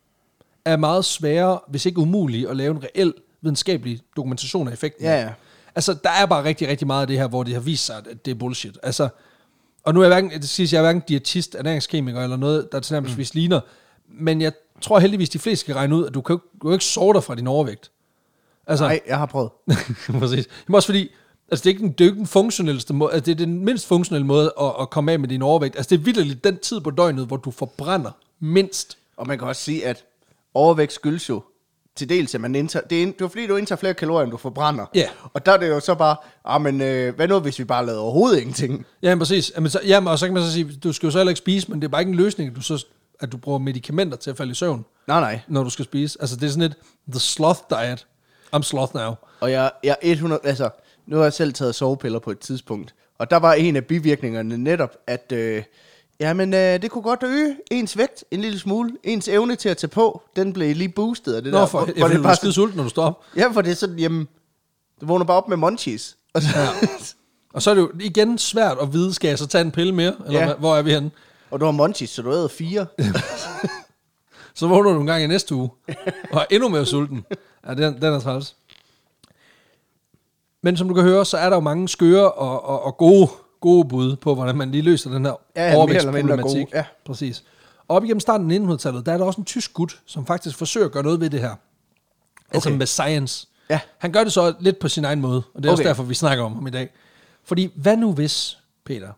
er meget svære, hvis ikke umulige, at lave en reel videnskabelig dokumentation af effekten. Ja, ja. Altså, der er bare rigtig, rigtig meget af det her, hvor det har vist sig, at det er bullshit. Altså, og nu er jeg hverken, det siges, jeg er hverken diætist, ernæringskemiker eller noget, der tilnærmelsesvis mm. ligner, men jeg tror heldigvis, de fleste kan regne ud, at du kan jo, ikke- du kan jo ikke sove dig fra din overvægt. Altså, Nej, jeg har prøvet. præcis. Men også fordi, altså det er ikke den, det er jo ikke den funktionelleste måde, altså det er den mindst funktionelle måde at, at komme af med din overvægt. Altså det er vildt den tid på døgnet, hvor du forbrænder mindst. Og man kan også sige, at overvægt skyldes jo til dels, at man indtager, det er, ind- det er fordi, du indtager flere kalorier, end du forbrænder. Ja. Og der er det jo så bare, ah, men øh, hvad nu, hvis vi bare lavede overhovedet ingenting? Ja, men præcis. Jamen, så, jamen, og så kan man så sige, du skal jo så heller ikke spise, men det er bare ikke en løsning, at du, så, at du bruger medicamenter til at falde i søvn. Nej, nej. når du skal spise. Altså, det er sådan et, the sloth diet. I'm sloth now. Og jeg, jeg er 100, altså, nu har jeg selv taget sovepiller på et tidspunkt, og der var en af bivirkningerne netop, at øh, jamen, øh, det kunne godt øge ens vægt en lille smule, ens evne til at tage på, den blev lige boostet af det Nå, der. for, Hvor- jeg hvor det bliver bare bare skide sulten, når du står op. Ja, for det er sådan, jamen, du vågner bare op med munchies. Og så, Og så er det jo igen svært at vide, skal jeg så tage en pille mere? Eller Ja. ja. hvor er vi henne? og du har munchies, så du æder fire. Så vågner du en gang i næste uge, og er endnu mere sulten. Ja, den, den er træls. Men som du kan høre, så er der jo mange skøre og, og, og gode, gode bud på, hvordan man lige løser den her Ja, ja, ja, mere eller mindre overvækstproblematik. gode, ja. Præcis. Og op igennem starten af 1900-tallet, der er der også en tysk gut, som faktisk forsøger at gøre noget ved det her. Altså Okay. med science. Ja. Han gør det så lidt på sin egen måde, og det er okay. også Okay. derfor, vi snakker om ham i dag. Fordi hvad nu hvis, Peter,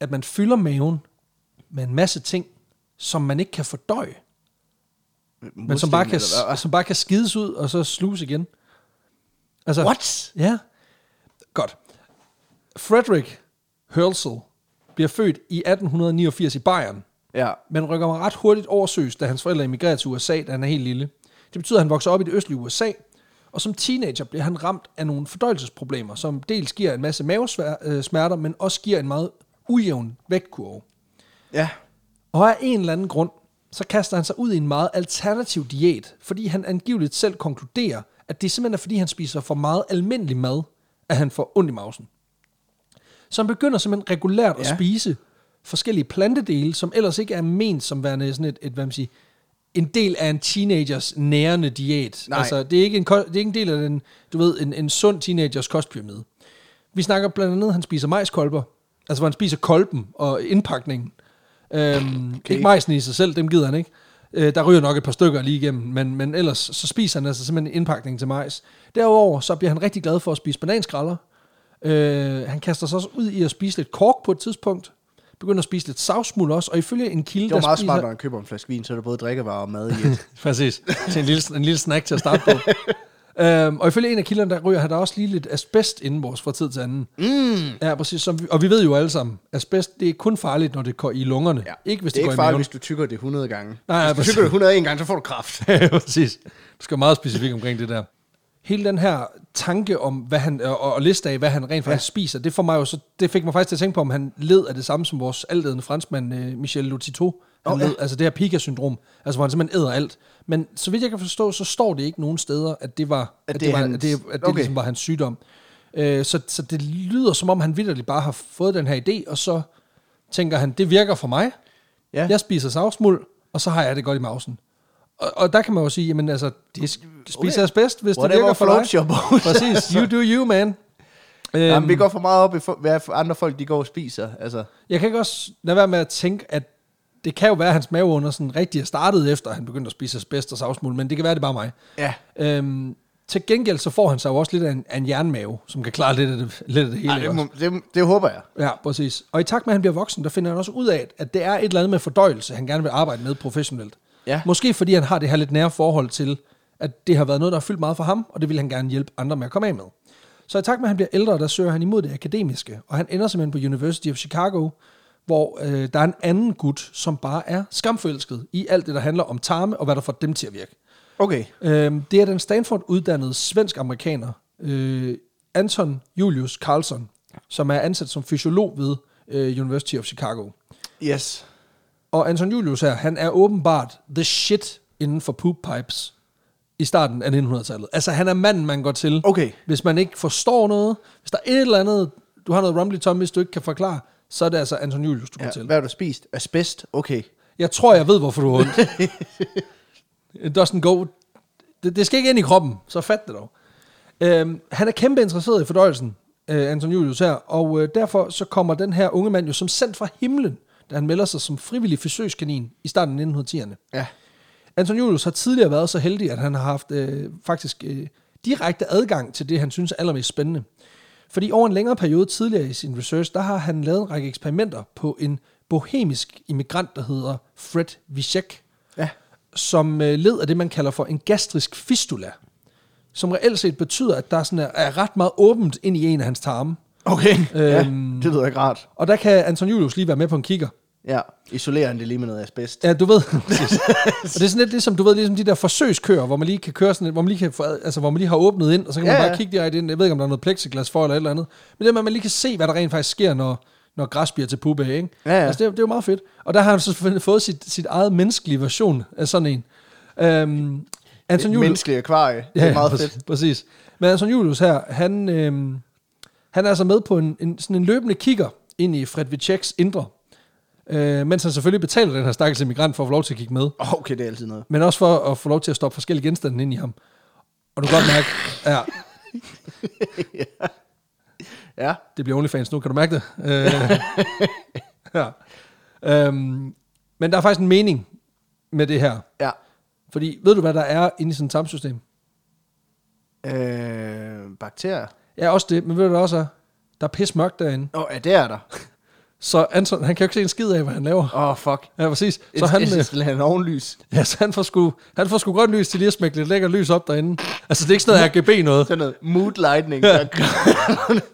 at man fylder maven med en masse ting, som man ikke kan fordøje? Men som bare, kan, som bare kan skides ud, og så sluges igen. Altså, What? Ja. Godt. Frederick Hölzel bliver født i 1889 i Bayern, Ja, men rykker mig ret hurtigt oversøs, da hans forældre emigrerer til USA, da han er helt lille. Det betyder, at han vokser op i det østlige USA, og som teenager bliver han ramt af nogle fordøjelsesproblemer, som dels giver en masse mavesmerter, men også giver en meget ujævn vægtkurve. ja. Og af en eller anden grund, så kaster han sig ud i en meget alternativ diæt, fordi han angiveligt selv konkluderer, at det simpelthen er fordi, han spiser for meget almindelig mad, at han får ondt i mausen. Så han begynder simpelthen regulært ja. at Ja. spise forskellige plantedele, som ellers ikke er ment som værende sådan et, et hvad man siger, en del af en teenagers nærende diæt. Nej. Altså, det er ikke en, ko- det er ikke en del af den, du ved, en, en sund teenagers kostpyramide. Vi snakker blandt andet, at han spiser majskolber. Altså, hvor han spiser kolben og indpakningen. Øhm, okay. Ikke majsen i sig selv, dem gider han ikke. Øh, der ryger nok et par stykker lige igennem, men, men ellers så spiser han altså simpelthen indpakningen til majs. Derudover så bliver han rigtig glad for at spise bananskralder. Øh, han kaster sig også ud i at spise lidt kork på et tidspunkt. Begynder at spise lidt savsmuld også, og ifølge en kilde, Det var der meget spiser... smart, når man køber en flaske vin, så er der både drikkevarer og mad i et. Præcis. Til en lille, en lille snack til at starte på. øhm, og ifølge en af kilderne, der ryger han der også lige lidt asbest indenbords fra tid til anden. Mm. Ja, præcis. Som vi, og vi ved jo alle sammen, asbest det er kun farligt, når det går i lungerne. Ja. Ikke hvis det, det er går ikke i maven. farligt, hvis du tykker det 100 gange. Nej, hvis du præcis. tykker det 101 gange, så får du kraft. Ja, præcis. Du skal være meget specifik omkring det der. Hele den her tanke om, hvad han, og, og liste af, hvad han rent faktisk ja. spiser, det, for mig jo så, det fik mig faktisk til at tænke på, om han led af det samme som vores altædende franskmand, øh, Michel Lotito. Han Nå, oh, ja. led, altså det her Pika-syndrom, altså hvor han simpelthen æder alt. Men så vidt jeg kan forstå, så står det ikke nogen steder, at det var, at det det, er var, hans- at det, at det Okay. ligesom var hans sygdom. Øh, så, så det lyder som om, han vidderligt bare har fået den her idé, og så tænker han, det virker for mig. Ja. Jeg spiser savsmuld, og så har jeg det godt i mausen. Og, og der kan man jo sige, jamen altså, det spiser Okay. os bedst, hvis det Whatever virker for floats your boat. dig. Præcis, you do you, man. Øhm, Jamen, vi går for meget op i, fo- hvad andre folk de går og spiser. Altså, Jeg kan ikke også lade være med at tænke, at det kan jo være, at hans mave under sådan rigtig er startet efter, at han begyndte at spise asbest og savsmuld, men det kan være, det er bare mig. ja. Øhm, til gengæld så får han sig jo også lidt af en, af en jernmave, som kan klare lidt af det, lidt af det hele. Ej, ikke det, også? må, det, det, håber jeg. Ja, præcis. Og i takt med, at han bliver voksen, der finder han også ud af, at- at det er et eller andet med fordøjelse, han gerne vil arbejde med professionelt. Ja. Måske fordi han har det her lidt nære forhold til, at det har været noget, der har fyldt meget for ham, og det vil han gerne hjælpe andre med at komme af med. Så i takt med, at han bliver ældre, der søger han imod det akademiske, og han ender simpelthen på University of Chicago, hvor øh, der er en anden gut, som bare er skamforelsket i alt det, der handler om tarme og hvad der får dem til at virke. Okay. Øhm, det er den Stanford-uddannede svensk-amerikaner, øh, Anton Julius Carlson, som er ansat som fysiolog ved øh, University of Chicago. Yes. Og Anton Julius her, han er åbenbart the shit inden for poop pipes i starten af 1900-tallet. Altså, han er manden, man går til. Okay. Hvis man ikke forstår noget, hvis der er et eller andet, du har noget rumbly tom, hvis du ikke kan forklare, så er det altså Anton Julius, du går Ja, til. hvad har du spist? Asbest? Okay. Jeg tror, jeg ved, hvorfor du har ondt. It doesn't go... Det, det skal ikke ind i kroppen, så fat det dog. Øhm, han er kæmpe interesseret i fordøjelsen, øh, Anton Julius her, og øh, derfor så kommer den her unge mand jo som sendt fra himlen, da han melder sig som frivillig forsøgskanin i starten af 1910'erne. Ja. Anton Julius har tidligere været så heldig, at han har haft øh, faktisk øh, direkte adgang til det, han synes er allermest spændende. Fordi over en længere periode tidligere i sin research, der har han lavet en række eksperimenter på en bohemisk immigrant, der hedder Fred Visek, Ja. som øh, led af det, man kalder for en gastrisk fistula, som reelt set betyder, at der sådan er, er ret meget åbent ind i en af hans tarme. Okay. Øhm. Ja, det lyder ikke rart. Og der kan Anton Julius lige være med på en kigger. Ja. Isolerer han det lige med noget asbest? Ja, du ved. Præcis. og det er sådan lidt ligesom, du ved, ligesom de der forsøgskøer, hvor man lige kan køre sådan lidt, hvor man lige, kan få, ad- altså, hvor man lige har åbnet ind, og så kan man Ja, bare ja. kigge direkte ind. Jeg ved ikke, om der er noget plexiglas for eller et eller andet. Men det er, at man lige kan se, hvad der rent faktisk sker, når, når græs bliver til puppe, af, ikke? Ja, ja. Altså, det, er- det, er jo meget fedt. Og der har han så selvfølgelig fået sit, sit eget menneskelige version af sådan en. Øhm, Anton Et Julius, menneskeligt akvarie. Ja, det er meget præcis, fedt. Præcis. Men Anton Julius her, han, øhm, han er altså med på en, en, sådan en løbende kigger ind i Fred Vicheks indre. Øh, mens han selvfølgelig betaler den her stakkels immigrant for at få lov til at kigge med. Okay, det er altid noget. Men også for at få lov til at stoppe forskellige genstande ind i ham. Og du kan godt mærke, ja, Ja. det bliver OnlyFans nu, kan du mærke det? Øh, ja. øhm, men der er faktisk en mening med det her. Ja. Fordi ved du, hvad der er inde i sådan et tarmsystem? Øh, bakterier. Ja, også det, men ved du, hvad der også er? Der er pis mørkt derinde. Åh, oh, ja, det er der. Så Anton, han kan jo ikke se en skid af, hvad han laver. Åh, oh, fuck. Ja, præcis. Et, Så han, øh, et, skal have en ovenlys. ja, så han får sgu, han får sgu grønt lys til lige at smække lidt lækker lys op derinde. Altså, det er ikke sådan noget RGB noget. Sådan noget mood lightning. Der,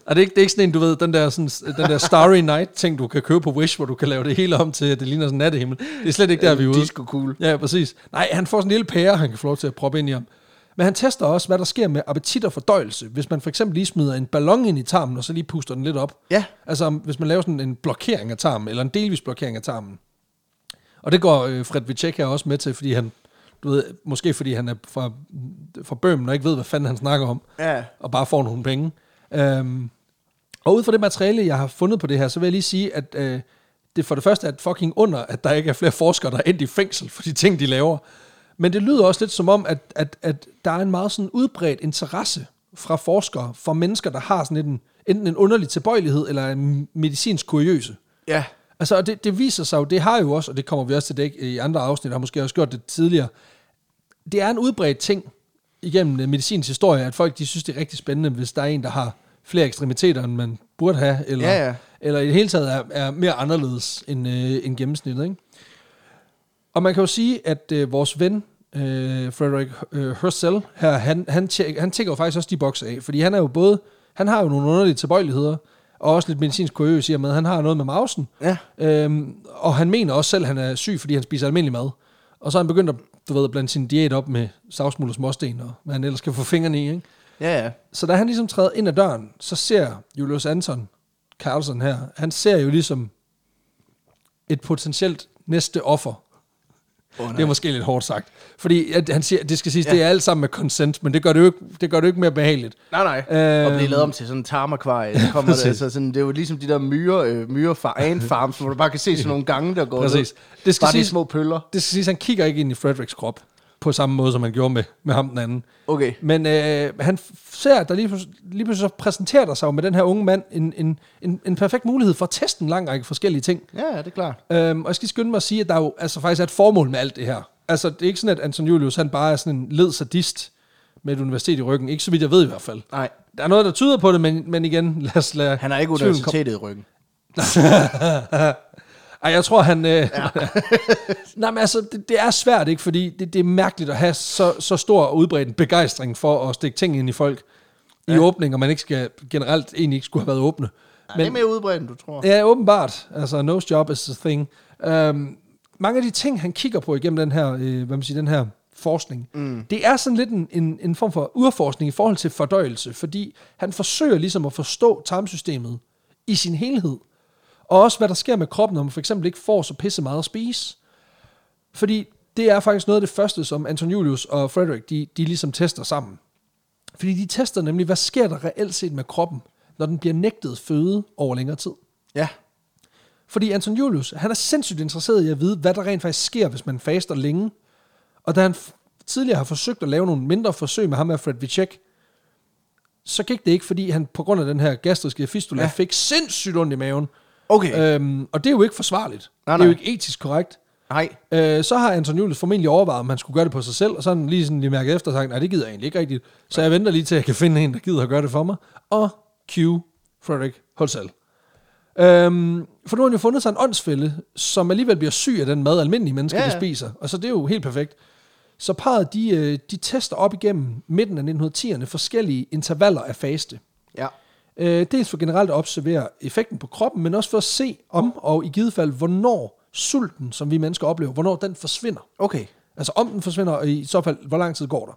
Er det, ikke, det er ikke sådan en, du ved, den der, sådan, den der Starry Night-ting, du kan købe på Wish, hvor du kan lave det hele om til, at det ligner sådan en nattehimmel. Det er slet ikke der, vi er ude. disco cool. Ja, præcis. Nej, han får sådan en lille pære, han kan få lov til at proppe ind i ham. Men han tester også, hvad der sker med appetit og fordøjelse, hvis man for eksempel lige smider en ballon ind i tarmen, og så lige puster den lidt op. Ja. Altså, om- hvis man laver sådan en blokering af tarmen, eller en delvis blokering af tarmen. Og det går øh, Fred Vicek her også med til, fordi han, du ved, måske fordi han er fra, fra Bøhmen og ikke ved, hvad fanden han snakker om, Ja. og bare får nogle penge. Øhm, og ud fra det materiale, jeg har fundet på det her, så vil jeg lige sige, at øh, det for det første er et fucking under, at der ikke er flere forskere, der er endt i fængsel for de ting, de laver. Men det lyder også lidt som om, at, at, at der er en meget sådan udbredt interesse fra forskere, for mennesker, der har sådan en, enten en underlig tilbøjelighed, eller en medicinsk kuriøse. Ja. Altså, og det, det viser sig jo, det har jo også, og det kommer vi også til dæk i andre afsnit, og har måske også gjort det tidligere, det er en udbredt ting igennem øh, medicinens historie, at folk de synes, det er rigtig spændende, hvis der er en, der har flere ekstremiteter, end man burde have, eller, Ja, ja. eller i det hele taget er, er mere anderledes end, øh, end gennemsnittet. Ikke? Og man kan jo sige, at øh, vores ven, øh, Frederik øh, Herschel, her, han, han, tjek, han tækker jo faktisk også de bokse af, fordi han er jo både, han har jo nogle underlige tilbøjeligheder, og også lidt medicinsk kuriøs i og med, at han har noget med mausen, Ja. Øhm, og han mener også selv, at han er syg, fordi han spiser almindelig mad. Og så er han begyndt at, du ved, at blande sin diæt op med savsmuld og småsten, og hvad han ellers kan få fingrene i. Ikke? Ja, ja. Så da han ligesom træder ind ad døren, så ser Julius Anton Carlson her, han ser jo ligesom et potentielt næste offer. Oh, Det er måske lidt hårdt sagt. Fordi at han siger, det skal siges, ja. det er alt sammen med consent, men det gør det jo ikke, det gør det jo ikke mere behageligt. Nej, nej. Øhm. Øhm. Og blive lavet om til sådan en tarmakvarie. Så kommer det, altså sådan, det er jo ligesom de der myre, øh, myre fra Ant Farms, hvor du bare kan se sådan nogle gange, der går Præcis. ned. Det skal bare de siges- små pøller. Det skal siges, han kigger ikke ind i Frederiks krop. på samme måde, som man gjorde med, med ham den anden. Okay. Men øh, han f- ser, at der lige, pludselig- lige pludselig så præsenterer der sig jo med den her unge mand en, en, en, en perfekt mulighed for at teste en lang række forskellige ting. Ja, ja, det er klart. Øhm, og jeg skal skynde mig at sige, at der jo altså, faktisk er et formål med alt det her. Altså, det er ikke sådan, at Anton Julius han bare er sådan en led sadist med et universitet i ryggen. Ikke så vidt jeg ved i hvert fald. Nej, Der er noget, der tyder på det, men, men igen, lad os lade... han har ikke tvivlen komme- universitetet i ryggen. Ej, jeg tror, han... Øh... Ja. Nej, men altså, det, det er svært, ikke? Fordi det, det er mærkeligt at have så, så stor og udbredt en begejstring for at stikke ting ind i folk ja. i åbninger, man ikke skal, generelt egentlig ikke skulle have været åbne. Men, det er mere udbredt, end du tror. Ja, åbenbart. Altså, nose job is a thing. Um, mange af de ting, han kigger på igennem den her, øh, hvad man siger, den her forskning, mm. det er sådan lidt en, en, en form for urforskning i forhold til fordøjelse, fordi han forsøger ligesom at forstå tarmsystemet i sin helhed, og også hvad der sker med kroppen, når man for eksempel ikke får så pisse meget at spise. Fordi det er faktisk noget af det første, som Anton Julius og Frederik, de, de ligesom tester sammen. Fordi de tester nemlig, hvad sker der reelt set med kroppen, når den bliver nægtet føde over længere tid. Ja. Fordi Anton Julius, han er sindssygt interesseret i at vide, hvad der rent faktisk sker, hvis man faster længe. Og da han f- tidligere har forsøgt at lave nogle mindre forsøg med ham med Fred Vicek, så gik det ikke, fordi han på grund af den her gastriske fistula ja. Ja. fik sindssygt ondt i maven. Okay. Øh, Øhm, og det er jo ikke forsvarligt. Nej, Det er jo nej. ikke etisk korrekt. Nej. Øh, så har Anton Julius formentlig overvejet, om han skulle gøre det på sig selv, og så har han lige, sådan lige mærket efter og sagt, nej, det gider jeg egentlig ikke rigtigt. Så jeg venter lige til, at jeg kan finde en, der gider at gøre det for mig. Og Q, Frederik Holzal. Øhm, for nu har han jo fundet sig en åndsfælde, som alligevel bliver syg af den mad, almindelige mennesker ja, Ja, ja. ja. spiser. Og så det er jo helt perfekt. Så parret, de, øh, de tester op igennem midten af 1910'erne forskellige intervaller af faste. Ja. Øh, dels for generelt at observere effekten på kroppen, men også for at se om og i givet fald, hvornår sulten, som vi mennesker oplever, hvornår den forsvinder. Okay. Altså om den forsvinder, og i så fald, hvor lang tid går der.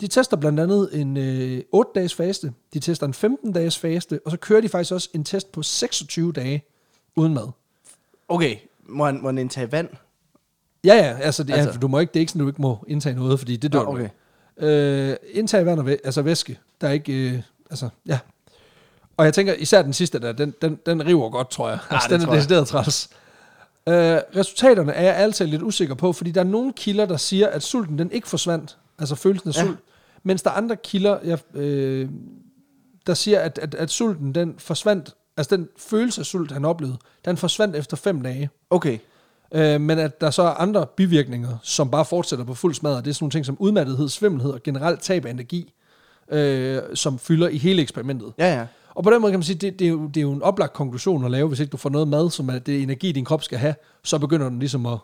De tester blandt andet en øh, 8-dages faste, de tester en 15-dages faste, og så kører de faktisk også en test på 26 dage uden mad. Okay. Må han, må han indtage vand? Ja, ja, altså, det, altså. Altså- Ja, du må ikke, det er ikke sådan, du ikke må indtage noget, fordi det dør Nå, du okay. ikke. Øh, indtage vand og væ- altså væske, der er ikke, øh, altså, ja. Og jeg tænker, især den sidste der, den, den, den river godt, tror jeg. altså, Ah, det den tror er jeg. decideret træls. Øh, resultaterne er jeg altid lidt usikker på, fordi der er nogle kilder, der siger, at sulten den ikke forsvandt, altså følelsen af Ja. sult, mens der er andre kilder, jeg, øh, der siger, at, at, at sulten den forsvandt, altså den følelse af sult, han oplevede, den forsvandt efter fem dage. Okay. Øh, men at der så er andre bivirkninger, som bare fortsætter på fuld smadret. Det er sådan nogle ting som udmattethed, svimmelhed og generelt tab af energi, øh, som fylder i hele eksperimentet. Ja, ja. Og på den måde kan man sige, det, det, er jo, det er jo en oplagt konklusion at lave, hvis ikke du får noget mad, som er det energi, din krop skal have, så begynder den ligesom at,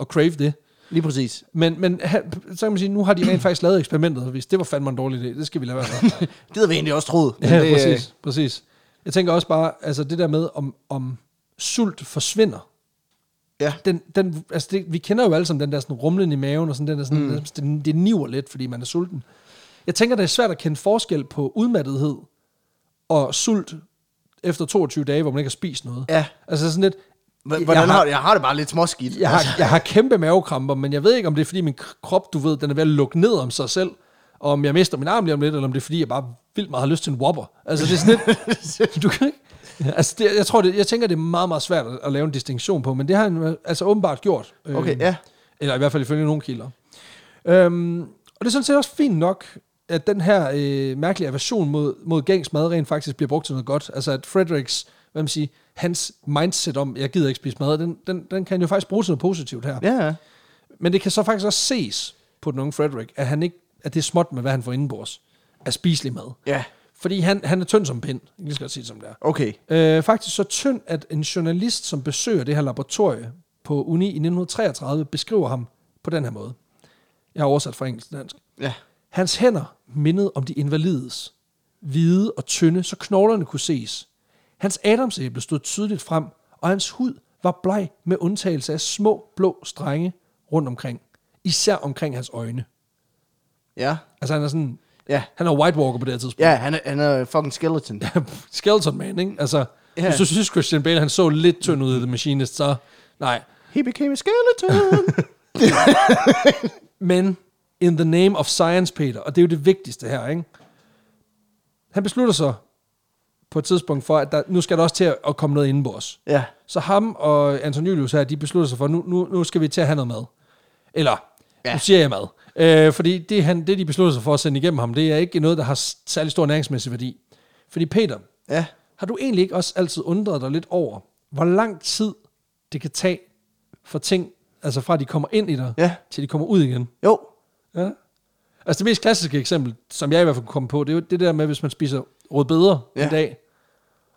at crave det. Lige præcis. Men, men ha- så kan man sige, nu har de rent faktisk lavet eksperimentet, og hvis det var fandme en dårlig idé, det skal vi lade være med. Det havde vi egentlig også troet. men Ja, det, det, øh, præcis, præcis. Jeg tænker også bare, altså det der med, om, om sult forsvinder. Ja. Den, den, altså det, vi kender jo alle sammen den der sådan rumlen i maven, og sådan den der sådan, mm. det, det niver lidt, fordi man er sulten. Jeg tænker, det er svært at kende forskel på udmattethed og sult efter 22 dage, hvor man ikke har spist noget. Ja. Altså sådan lidt, H- Hvordan jeg har, har, jeg har det bare lidt småskidt. Altså. jeg har, jeg har kæmpe mavekramper, men jeg ved ikke, om det er, fordi min k- krop, du ved, den er ved at lukke ned om sig selv, og om jeg mister min arm lige om lidt, eller om det er, fordi jeg bare vildt meget har lyst til en whopper. Altså, det er sådan lidt... du kan ikke... Altså, det, jeg, tror, det, jeg tænker, det er meget, meget svært at, at lave en distinktion på, men det har han øh, altså åbenbart gjort. Øh, Okay, ja. Eller i hvert fald ifølge nogle kilder. Øhm, og det er sådan set også fint nok, at den her øh, mærkelige aversion mod, mod gængs mad rent faktisk bliver brugt til noget godt. Altså at Frederiks, hvad man siger, hans mindset om, jeg gider ikke spise mad, den, den, den kan jo faktisk bruges til noget positivt her. Ja, ja. Men det kan så faktisk også ses på den unge Frederik, at, han ikke, at det er småt med, hvad han får indenbords af spiselig mad. Ja, Fordi han, han er tynd som pind, jeg kan lige så godt sige det, som det er. okay. Øh, faktisk så tynd, at en journalist, som besøger det her laboratorie på uni i 1933, beskriver ham på den her måde. Jeg har oversat fra engelsk til dansk. Ja. Hans hænder mindede om de invalides. Hvide og tynde, så knoglerne kunne ses. Hans adamsæble stod tydeligt frem, og hans hud var bleg med undtagelse af små blå strenge rundt omkring. Især omkring hans øjne. Ja. Altså han er sådan... Ja. Han er White Walker på det her tidspunkt. Ja, han er, han er fucking skeleton. Skeleton Man, ikke? Altså, Ja. hvis du synes, Christian Bale, han så lidt tynd ud i The Machinist, så nej. He became a skeleton. Men in the name of science, Peter, og det er jo det vigtigste her, ikke? Han beslutter sig på et tidspunkt for, at der, nu skal der også til at, at komme noget indenbords. ja. Så ham og Anton Julius her, de beslutter sig for, nu, nu, nu skal vi til at have noget mad. Eller, ja. nu siger jeg mad. Øh, fordi det, han, det, de beslutter sig for at sende igennem ham, det er ikke noget, der har s- særlig stor næringsmæssig værdi. Fordi Peter, Ja. har du egentlig ikke også altid undret dig lidt over, hvor lang tid det kan tage for ting, altså fra de kommer ind i dig, Ja. til de kommer ud igen? Jo. Ja. Altså det mest klassiske eksempel, som jeg i hvert fald kunne komme på, det er jo det der med, hvis man spiser rødbeder ja. Ja. en dag,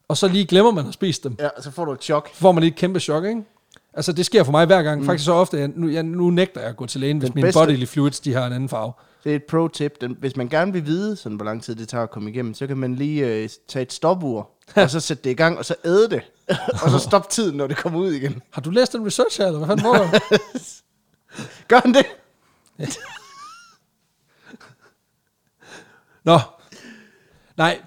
og så lige glemmer man at spise dem. Ja, så får du et chok. Så får man lige et kæmpe chok, ikke? Altså det sker for mig hver gang, mm. faktisk så ofte, jeg, nu, jeg, nu nægter jeg at gå til lægen, hvis Den mine bedste- bodily fluids, de har en anden farve. Det er et pro-tip. Den, hvis man gerne vil vide, sådan, hvor lang tid det tager at komme igennem, så kan man lige øh, tage et stopur, og så sætte det i gang, og så æde det. og så stoppe tiden, når det kommer ud igen. Har du læst den research her, eller hvad fanden foregår der? Gør han det? Nå. Nej,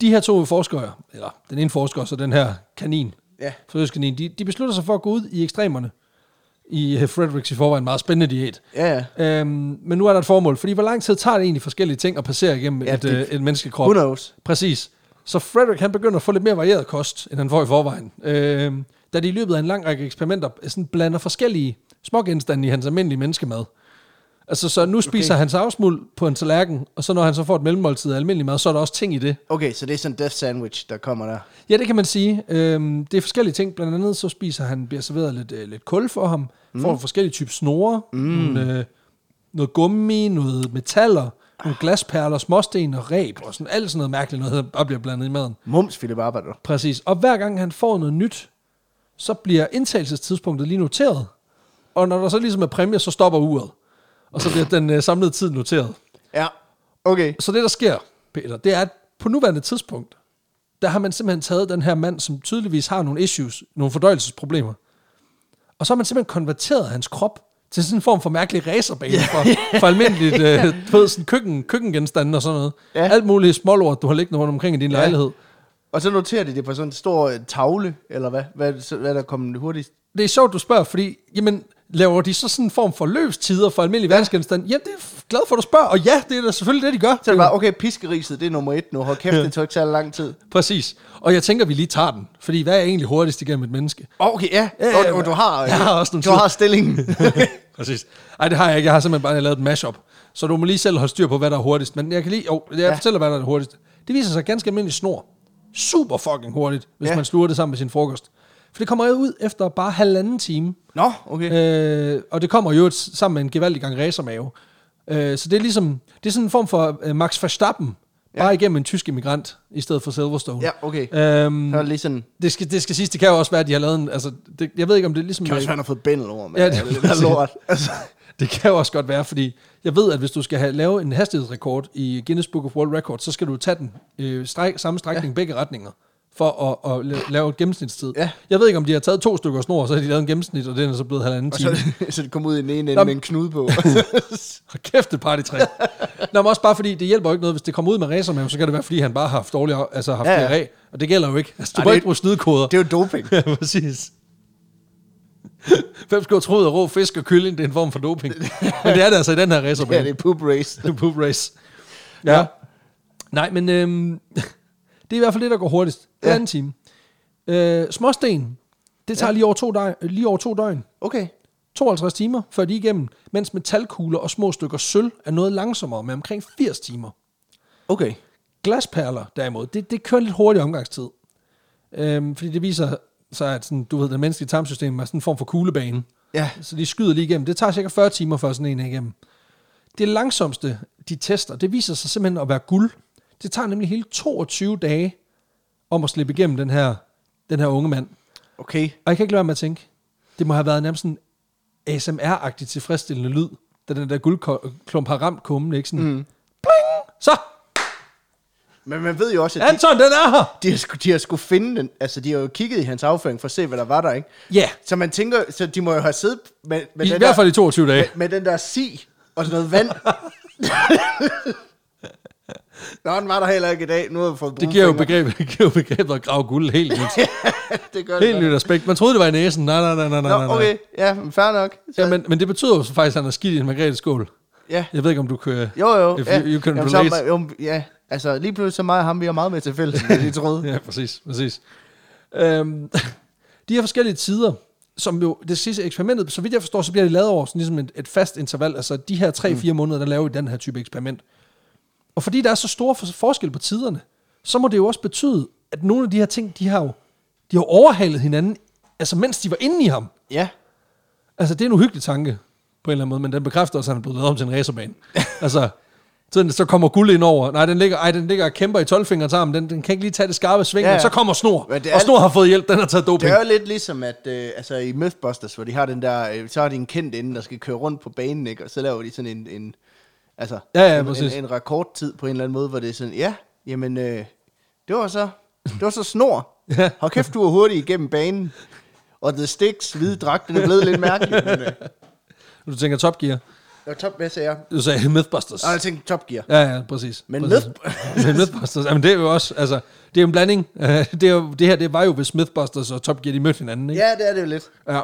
de her to forskere, eller den ene forsker og så den her kanin, Ja. forsøgskanin, de, de beslutter sig for at gå ud i ekstremerne i øh, Fredericks i forvejen meget spændende diæt. Ja, ja. Øhm, men nu er der et formål, fordi hvor lang tid tager det egentlig forskellige ting at passere igennem ja, Ja, et, det- øh, et menneskekrop? Who knows? Præcis. Så Frederick han begynder at få lidt mere varieret kost, end han får i forvejen. Øhm, da de i løbet af en lang række eksperimenter øh, sådan blander forskellige smågenstande i hans almindelige menneskemad. Altså, så nu spiser okay. han savsmuld på en tallerken, og så når han så får et mellemmåltid af almindelig mad, så er der også ting i det. Okay, så det er sådan en death sandwich, der kommer der. Ja, det kan man sige. Øhm, det er forskellige ting. Blandt andet så spiser han, bliver serveret lidt, øh, lidt kul for ham, mm. får forskellige typer snore, mm. nogle, øh, noget gummi, noget metaller, nogle glasperler, småsten og ræb, og sådan alt sådan noget mærkeligt noget, der bare bliver blandet i maden. Mums, Philip arbejder. Præcis. Og hver gang han får noget nyt, så bliver indtagelsestidspunktet lige noteret. Og når der så ligesom er præmie, så stopper uret. Og så bliver den øh, samlede tid noteret. Ja. Okay. Så det, der sker, Peter, det er, at på nuværende tidspunkt, der har man simpelthen taget den her mand, som tydeligvis har nogle issues, nogle fordøjelsesproblemer, og så har man simpelthen konverteret hans krop til sådan en form for mærkelig racerbane for, for almindeligt øh, du ved, sådan køkken, køkkengenstande og sådan noget. Ja. Ja. Alt muligt smålort, du har liggende rundt omkring i din ja. Ja. lejlighed. Og så noterer de det på sådan en stor øh, tavle, eller hvad? Hvad, så, hvad er der kommet hurtigt? Det er sjovt, du spørger, fordi, jamen, laver de så sådan en form for løbstider for almindelige ja. verdensgenstande? Jamen, det er jeg glad for, at du spørger, og ja, det er da selvfølgelig det, de gør. Så er det bare, okay, piskeriset, det er nummer et nu. Hold kæft, det tog ikke særlig lang tid. Præcis. Og jeg tænker, vi lige tager den, fordi hvad er egentlig hurtigst igennem et menneske? Okay, ja. Ja, ja, ja, du, ja. du har, øh, Jeg har også nogle du tid. har stillingen. Præcis. Nej, det har jeg ikke. Jeg har simpelthen bare lavet et mashup. Så du må lige selv holde styr på, hvad der er hurtigst. Men jeg kan lige... Jo, jeg ja. fortæller, hvad der er det hurtigste. Det viser sig ganske almindelig snor. Super fucking hurtigt, hvis ja. Ja. man sluger det sammen med sin frokost. For det kommer ud efter bare halvanden time. Nå, okay. Øh, og det kommer jo sammen med en gevaldig gang racermave. Øh, så det er ligesom... Det er sådan en form for øh, Max Verstappen. Ja. Bare igennem en tysk immigrant, i stedet for Silverstone. Ja, okay. Øhm, Så er det lige sådan, det det, skal, det skal siges, det kan jo også være, at de har lavet en... Altså, det, jeg ved ikke, om det er ligesom... kan også være, han har fået bændel over, men Ja, ja, det- det, det er lort. Altså, Det kan jo også godt være, fordi jeg ved, at hvis du skal have, lave en hastighedsrekord i Guinness Book of World Records, så skal du tage den øh, stræk, samme strækning ja. begge retninger for at, at la- lave et gennemsnitstid. Ja. Jeg ved ikke, om de har taget to stykker snor, og så har de lavet en gennemsnit, og den er så blevet halvanden og så, time. så det kom ud i den ene Nå, ende med en knude på. Hold kæft, et partytræ. Nå, men også bare fordi, det hjælper jo ikke noget, hvis det kommer ud med racermave, så kan det være, fordi han bare har haft dårlig, af- altså haft Ja, ja, ja. ja. og det gælder jo ikke. Altså, du Ej, må det- ikke bruge snydekoder. det er jo doping. Ja, præcis. Hvem skulle have troet, at rå fisk og kylling, det er en form for doping? Men det er det altså i den her racerbane. Ja, det er poop race. The poop race. Ja. ja. Nej, men øhm, det er i hvert fald det, der går hurtigst. Den Ja. anden time. Øh, småsten, det tager ja. lige, over to døgn, lige over to døgn. Okay. 52 timer, før de er igennem. Mens metalkugler og små stykker sølv er noget langsommere, med omkring 80 timer. Okay. Glasperler, derimod, det, det kører en lidt hurtig omgangstid. Øhm, fordi det viser sig, at sådan, du ved, det menneskelige tarmsystem er sådan en form for kuglebane. Ja. Så de skyder lige igennem. Det tager cirka 40 timer for sådan en er igennem. Det langsomste, de tester, det viser sig simpelthen at være guld. Det tager nemlig hele 22 dage om at slippe igennem den her, den her unge mand. Okay. Og jeg kan ikke lade være med at tænke, det må have været nærmest sådan ASMR-agtigt tilfredsstillende lyd, da den der guldklump har ramt kummen, ikke? Sådan, mm. bling! Så, Men man ved jo også, at de, Anton, den er her! de, har, sku, de har skulle finde den. Altså, de har jo kigget i hans afføring for at se, hvad der var der, ikke? Ja, Så man tænker, så de må jo have siddet med, med, i, i den, hvert der, fald i 22 dage. med den der si og sådan noget vand. Nå, den var der heller ikke i dag. Nu har vi fået Det giver jo brune fingre. begrebet, det giver jo begrebet at grave guld helt nyt. det gør det. Helt godt. nyt aspekt. Man troede, det var i næsen. Nej, nej, nej, nej, nej. Nå, nej. okay. Ja, men fair nok. Så, Ja, men, men det betyder jo så faktisk, at han er skidt i en margrethe ja. Jeg ved ikke, om du kan... Jo, jo. If ja. you, you can Jamen, så, relate. er man- jo, ja, altså lige pludselig så meget ham, vi har meget med til fælles, end det de troede. Ja, præcis, præcis. Øhm, de her forskellige tider, som jo det sidste eksperimentet, så vidt jeg forstår, så bliver det lavet over sådan ligesom et, et fast interval. Altså de her 3-4 måneder, der laver vi den her type eksperiment. Og fordi der er så stor for, forskel på tiderne, så må det jo også betyde, at nogle af de her ting, de har jo de har jo overhalet hinanden, altså mens de var inde i ham. Ja. Altså, det er en uhyggelig tanke, på en eller anden måde, men den bekræfter også, at han er blevet lavet om til en racerbane. altså, så, så kommer guld ind over. Nej, den ligger, ej, den ligger og kæmper i 12 sammen. Den, den kan ikke lige tage det skarpe sving, Ja, ja, ja. ja. så kommer Snor. Men det er Og Snor har fået hjælp, den har taget doping. Det er jo lidt ligesom, at øh, altså, i Mythbusters, hvor de har den der, øh, så har de en kendt inden, der skal køre rundt på banen, ikke? og så laver de sådan en, en altså, Ja, ja, en, en, præcis. en, rekordtid på en eller anden måde, hvor det er sådan, ja, jamen, øh, det var så, det var så snor. Ja. Hold kæft, du var hurtig igennem banen. Og The Sticks hvide dragt, den er blevet lidt mærkelig. Men, øh, Du tænker Top Gear. det var top, hvad sagde jeg? Du sagde Mythbusters. Og jeg tænkte Top Gear. Ja, ja, præcis. Altså- Men præcis. Myth- Men Mythbusters, jamen det er jo også, altså, det er jo en blanding. Øh, det, er jo, det her, det var jo, hvis Mythbusters og Top Gear, de mødte hinanden, ikke? Ja, det er det jo lidt. Ja.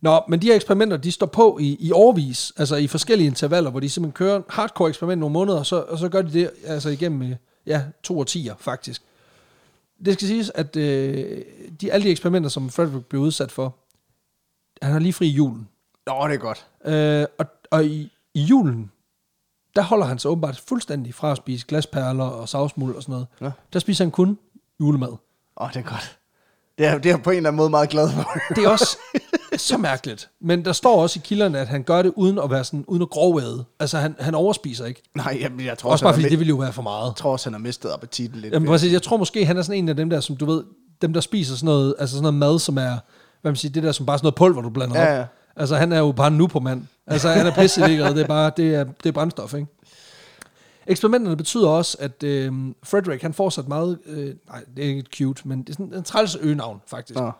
Nå, men de her eksperimenter, de står på i, i årvis, altså i forskellige intervaller, hvor de simpelthen kører hardcore eksperiment nogle måneder, og så, og så gør de det altså igennem øh, ja, to årtier faktisk. Det skal siges, at øh, de, alle de eksperimenter, som Frederick blev udsat for, han har lige fri i julen. Nå, det er godt. Øh, og og i, i julen, der holder han sig åbenbart fuldstændig fra at spise glasperler og savsmuld og sådan noget. Ja. Ja. Der spiser han kun julemad. Åh, det er godt. Det er, det er jeg på en eller anden måde meget glad for. Det er også så mærkeligt. Men der står også i kilderne, at han gør det uden at være sådan, uden at grovade. Altså, han, han overspiser ikke. Nej, jamen, jeg tror Også også, bare han, fordi, har, det mi- ville jo være for meget. jeg tror også, han har mistet appetitten lidt. Jamen, præcis, jeg tror måske, han er sådan en af dem der, som du ved, dem der spiser sådan noget, altså sådan noget mad, som er, hvad man siger, det der som bare sådan noget pulver, du blander Ja, op. ja. Altså, han er jo bare en nu på mand. Altså, han er pisse det er bare, det er, det er brændstof, ikke? Eksperimenterne betyder også, at øh, Frederick, han får sig et meget, øh, nej, det er ikke et cute, men det er sådan en træls øgenavn, faktisk. Nå.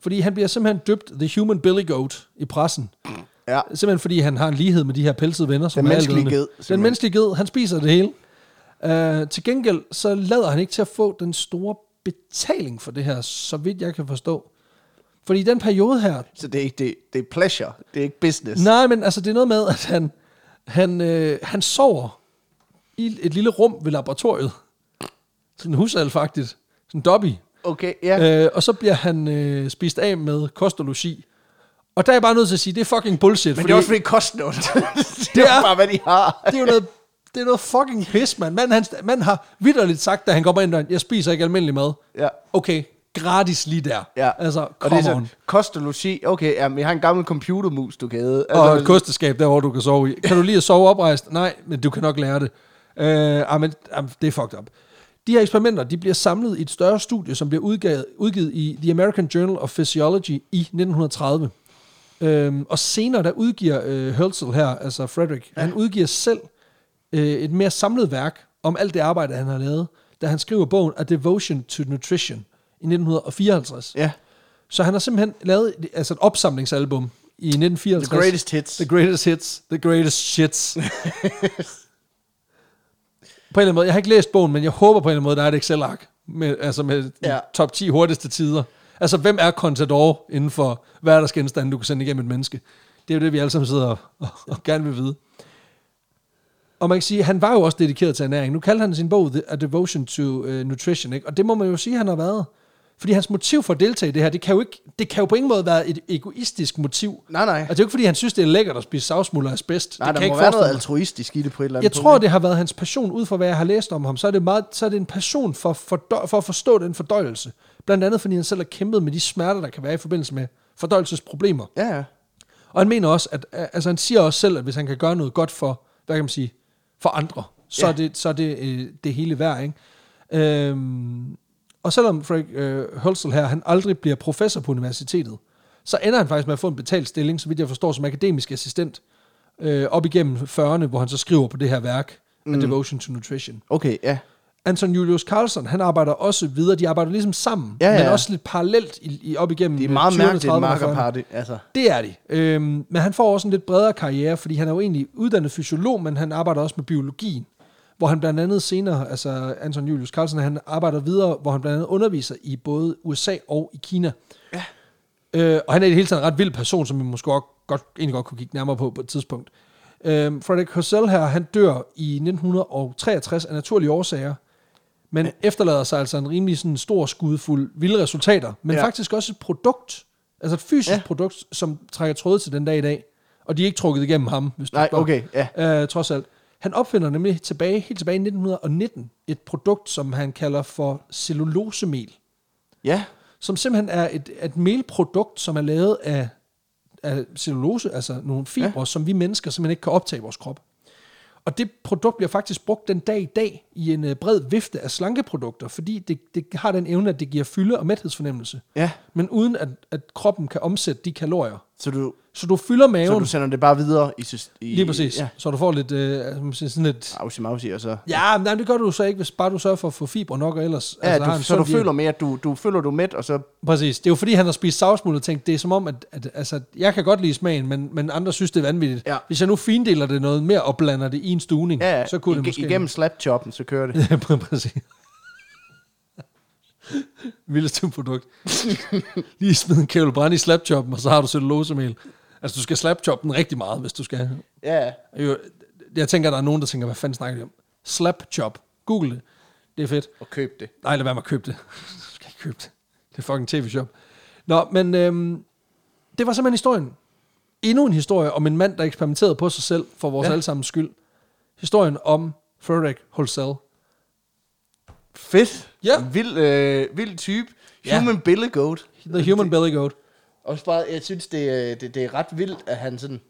Fordi han bliver simpelthen døbt The Human Billy Goat i pressen. Ja. Simpelthen fordi han har en lighed med de her pelsede venner, som Den er menneskelige altædende. ged, simpelthen. Den menneskelige ged, han spiser det hele. Uh, til gengæld, så lader han ikke til at få den store betaling for det her, så vidt jeg kan forstå. Fordi i den periode her, Så det er ikke det, det er pleasure, det er ikke business. nej, men altså, det er noget med, at han, han, øh, han sover i et lille rum ved laboratoriet. Sådan en husal, faktisk. Sådan en dobby. Okay, ja. Øh. Øh, og så bliver han øh, spist af med kost og logi. Og der er jeg bare nødt til at sige, det er fucking bullshit. Men det er også fordi kosten er ondt. det, Det det er er- bare, hvad de har. det er jo noget, det er noget fucking pis, mand. Man, han, man har vidderligt sagt, da han kommer ind, jeg spiser ikke almindelig mad. Ja. Okay, gratis lige der. Ja. Altså, og det come er on. så, kost og logi. Okay, jamen, jeg har en gammel computermus, du kan æde. Altså, Og et kosteskab der, hvor du kan sove i. Kan du lige at sove oprejst? Nej, men du kan nok lære det. Øh, ah, men, ah, det er fucked up. De her eksperimenter, de bliver samlet i et større studie, som bliver udgivet, udgivet i The American Journal of Physiology i 1930. Øhm, og senere, der udgiver øh, Hölzel her, altså Frederick, ja. han udgiver selv øh, et mere samlet værk om alt det arbejde, han har lavet, da han skriver bogen A Devotion to Nutrition i 1954. ja, Så han har simpelthen lavet altså et opsamlingsalbum i 1954. The Greatest Hits. The Greatest Hits. The Greatest Shits. på en eller anden måde. Jeg har ikke læst bogen, men jeg håber på en eller anden måde, der er et Excel-ark. Med, altså med Ja. ja. top 10 hurtigste tider. Altså, hvem er Contador inden for hverdagsgenstande, du kan sende igennem et menneske? Det er jo det, vi alle sammen sidder og, og, og gerne vil vide. Og man kan sige, han var jo også dedikeret til ernæring. Nu kalder han sin bog The, A Devotion to uh, Nutrition, ikke? og det må man jo sige, han har været. Fordi hans motiv for at deltage i det her, det kan jo, ikke, det kan jo på ingen måde være et egoistisk motiv. Nej, nej. Altså, det er jo ikke, fordi han synes, det er lækkert at spise savsmuld og asbest. Nej, det der kan må jeg ikke være forestille noget mig. altruistisk i det på et eller andet Jeg tror, det har været hans passion, ud fra hvad jeg har læst om ham. Så er det, meget, så er det en passion for, for, for at forstå den fordøjelse. Blandt andet, fordi han selv har kæmpet med de smerter, der kan være i forbindelse med fordøjelsesproblemer. Ja, ja. Og han mener også, at altså han siger også selv, at hvis han kan gøre noget godt for, hvad kan man sige, for andre, så Ja. er det, så er det, øh, det hele værd, ikke? Øhm, og selvom Frank øh, Hölzel her, han aldrig bliver professor på universitetet, så ender han faktisk med at få en betalt stilling, så vidt jeg forstår, som akademisk assistent, øh, op igennem 40'erne, hvor han så skriver på det her værk, mm. A Devotion to Nutrition. Okay, ja. Anton Julius Carlson, han arbejder også videre, de arbejder ligesom sammen, Ja, ja. men også lidt parallelt i, i, op igennem Det er meget 20'erne, mærkeligt, 30'erne en og 40'erne. markerparty. Altså, Det er de. Øhm, men han får også en lidt bredere karriere, fordi han er jo egentlig uddannet fysiolog, men han arbejder også med biologien, hvor han blandt andet senere, altså Anton Julius Carlsen, han arbejder videre, hvor han blandt andet underviser i både USA og i Kina. Ja. Øh, og han er i det hele taget en ret vild person, som vi måske også godt, egentlig godt kunne kigge nærmere på på et tidspunkt. Øhm, Frederick Hosell her, han dør i 1963 af naturlige årsager, men efterlader sig altså en rimelig sådan stor skudfuld vilde resultater, men Ja. ja. faktisk også et produkt Altså et fysisk Ja. ja. produkt, som trækker tråde til den dag i dag. Og de er ikke trukket igennem ham, hvis du Nej, spørger. okay, ja. Øh, trods alt. Han opfinder nemlig tilbage, helt tilbage i 1919 et produkt, som han kalder for cellulosemel Ja, som simpelthen er et, et melprodukt, som er lavet af, af cellulose, altså nogle fibre, ja. som vi mennesker simpelthen ikke kan optage i vores krop. Og det produkt bliver faktisk brugt den dag i dag i en øh, bred vifte af slankeprodukter, fordi det, det har den evne, at det giver fylde og mæthedsfornemmelse, ja. men uden at, at kroppen kan omsætte de kalorier. Så du, Så du fylder så maven, du sender det bare videre i... sys- i lige præcis, Ja. Ah. ja. så du får lidt, øh, altså, man siger sådan lidt... Ausi mausi, og så... Ja, men nej, det gør du så ikke, hvis bare du sørger for at få fiber nok, og ellers... Ja, har du, Altså, en så du sund diæt. føler mere, at du, du føler du er mæt, og så... Præcis. Det er jo fordi, han har spist savsmuld og tænkt, det er som om, at, at altså, jeg kan godt lide smagen, men, men andre synes, det er vanvittigt. Ja. Hvis jeg nu findeler det noget mere og blander det i en stuning, Ja, så kunne det ig- måske... Igennem slapchoppen, så kører det. Ja, præ- præcis. Vildeste produkt. Lige smid en kævel brand i slapchoppen, og så har du cellulosemel. Altså, du skal slapchoppe den rigtig meget, hvis du skal. Ja, Jo, Jeg tænker, der er nogen, der tænker, hvad fanden snakker de om? Slapchop. Google det. Det er fedt. og køb det. Nej, lad være med at købe det. Du skal ikke købe det. Det er fucking tv-shop. Nå, men øhm, det var simpelthen historien. Endnu en historie om en mand, der eksperimenterede på sig selv for vores Ja. ja. allesammens skyld. Historien om Frederik Holzell. Fedt. Ja. Vild, øh, vild type. Ja. Human billy goat. The Human Belly Goat. Også bare, jeg synes, det, er- det, det er ret vildt, at han sådan...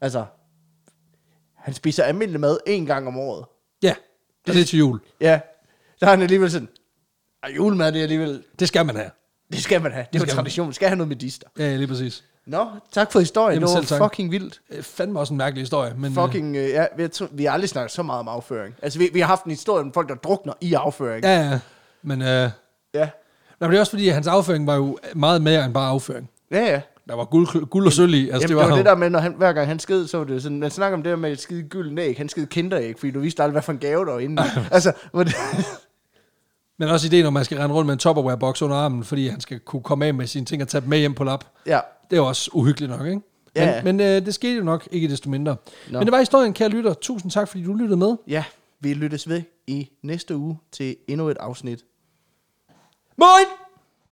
Altså, han spiser almindelig mad en gang om året. Ja, og det er til jul. Ja, der er han alligevel sådan... Og julemad, det er alligevel... Det skal man have. Det skal man have. Det er skal jo man. tradition. Man skal have noget med dister. Ja, lige præcis. Nå, tak for historien. Jamen, Jamen, selv det var tak. fucking vildt. Øh, Fandme også en mærkelig historie. Men, øh, Fucking, øh, ja, vi, har, to- vi har aldrig snakket så meget om afføring. Altså, vi, vi har haft en historie om folk, der drukner i afføring. Ja, ja. Men, øh, ja. nej, men det er også fordi, at hans afføring var jo meget mere end bare afføring. ja. ja. Der var guld, guld og sølv i. Altså, Jamen, det var, det, var jo- det der med, når han, hver gang han sked, så var det sådan, man snakker om det der med et skide gyldent æg, han skide kinderæg, fordi du vidste aldrig, hvad for en gave der var inde. i. altså, hvor det, Men også ideen om, at man skal rende rundt med en Tupperware-boks under armen, fordi han skal kunne komme af med sine ting og tage dem med hjem på lap. ja, Det er jo også uhyggeligt nok, ikke? Ja. Men, men øh, det skete jo nok ikke desto mindre. Nå. No. Men det var historien, kære lytter. Tusind tak, fordi du lyttede med. ja, vi lyttes ved i næste uge til endnu et afsnit Moin!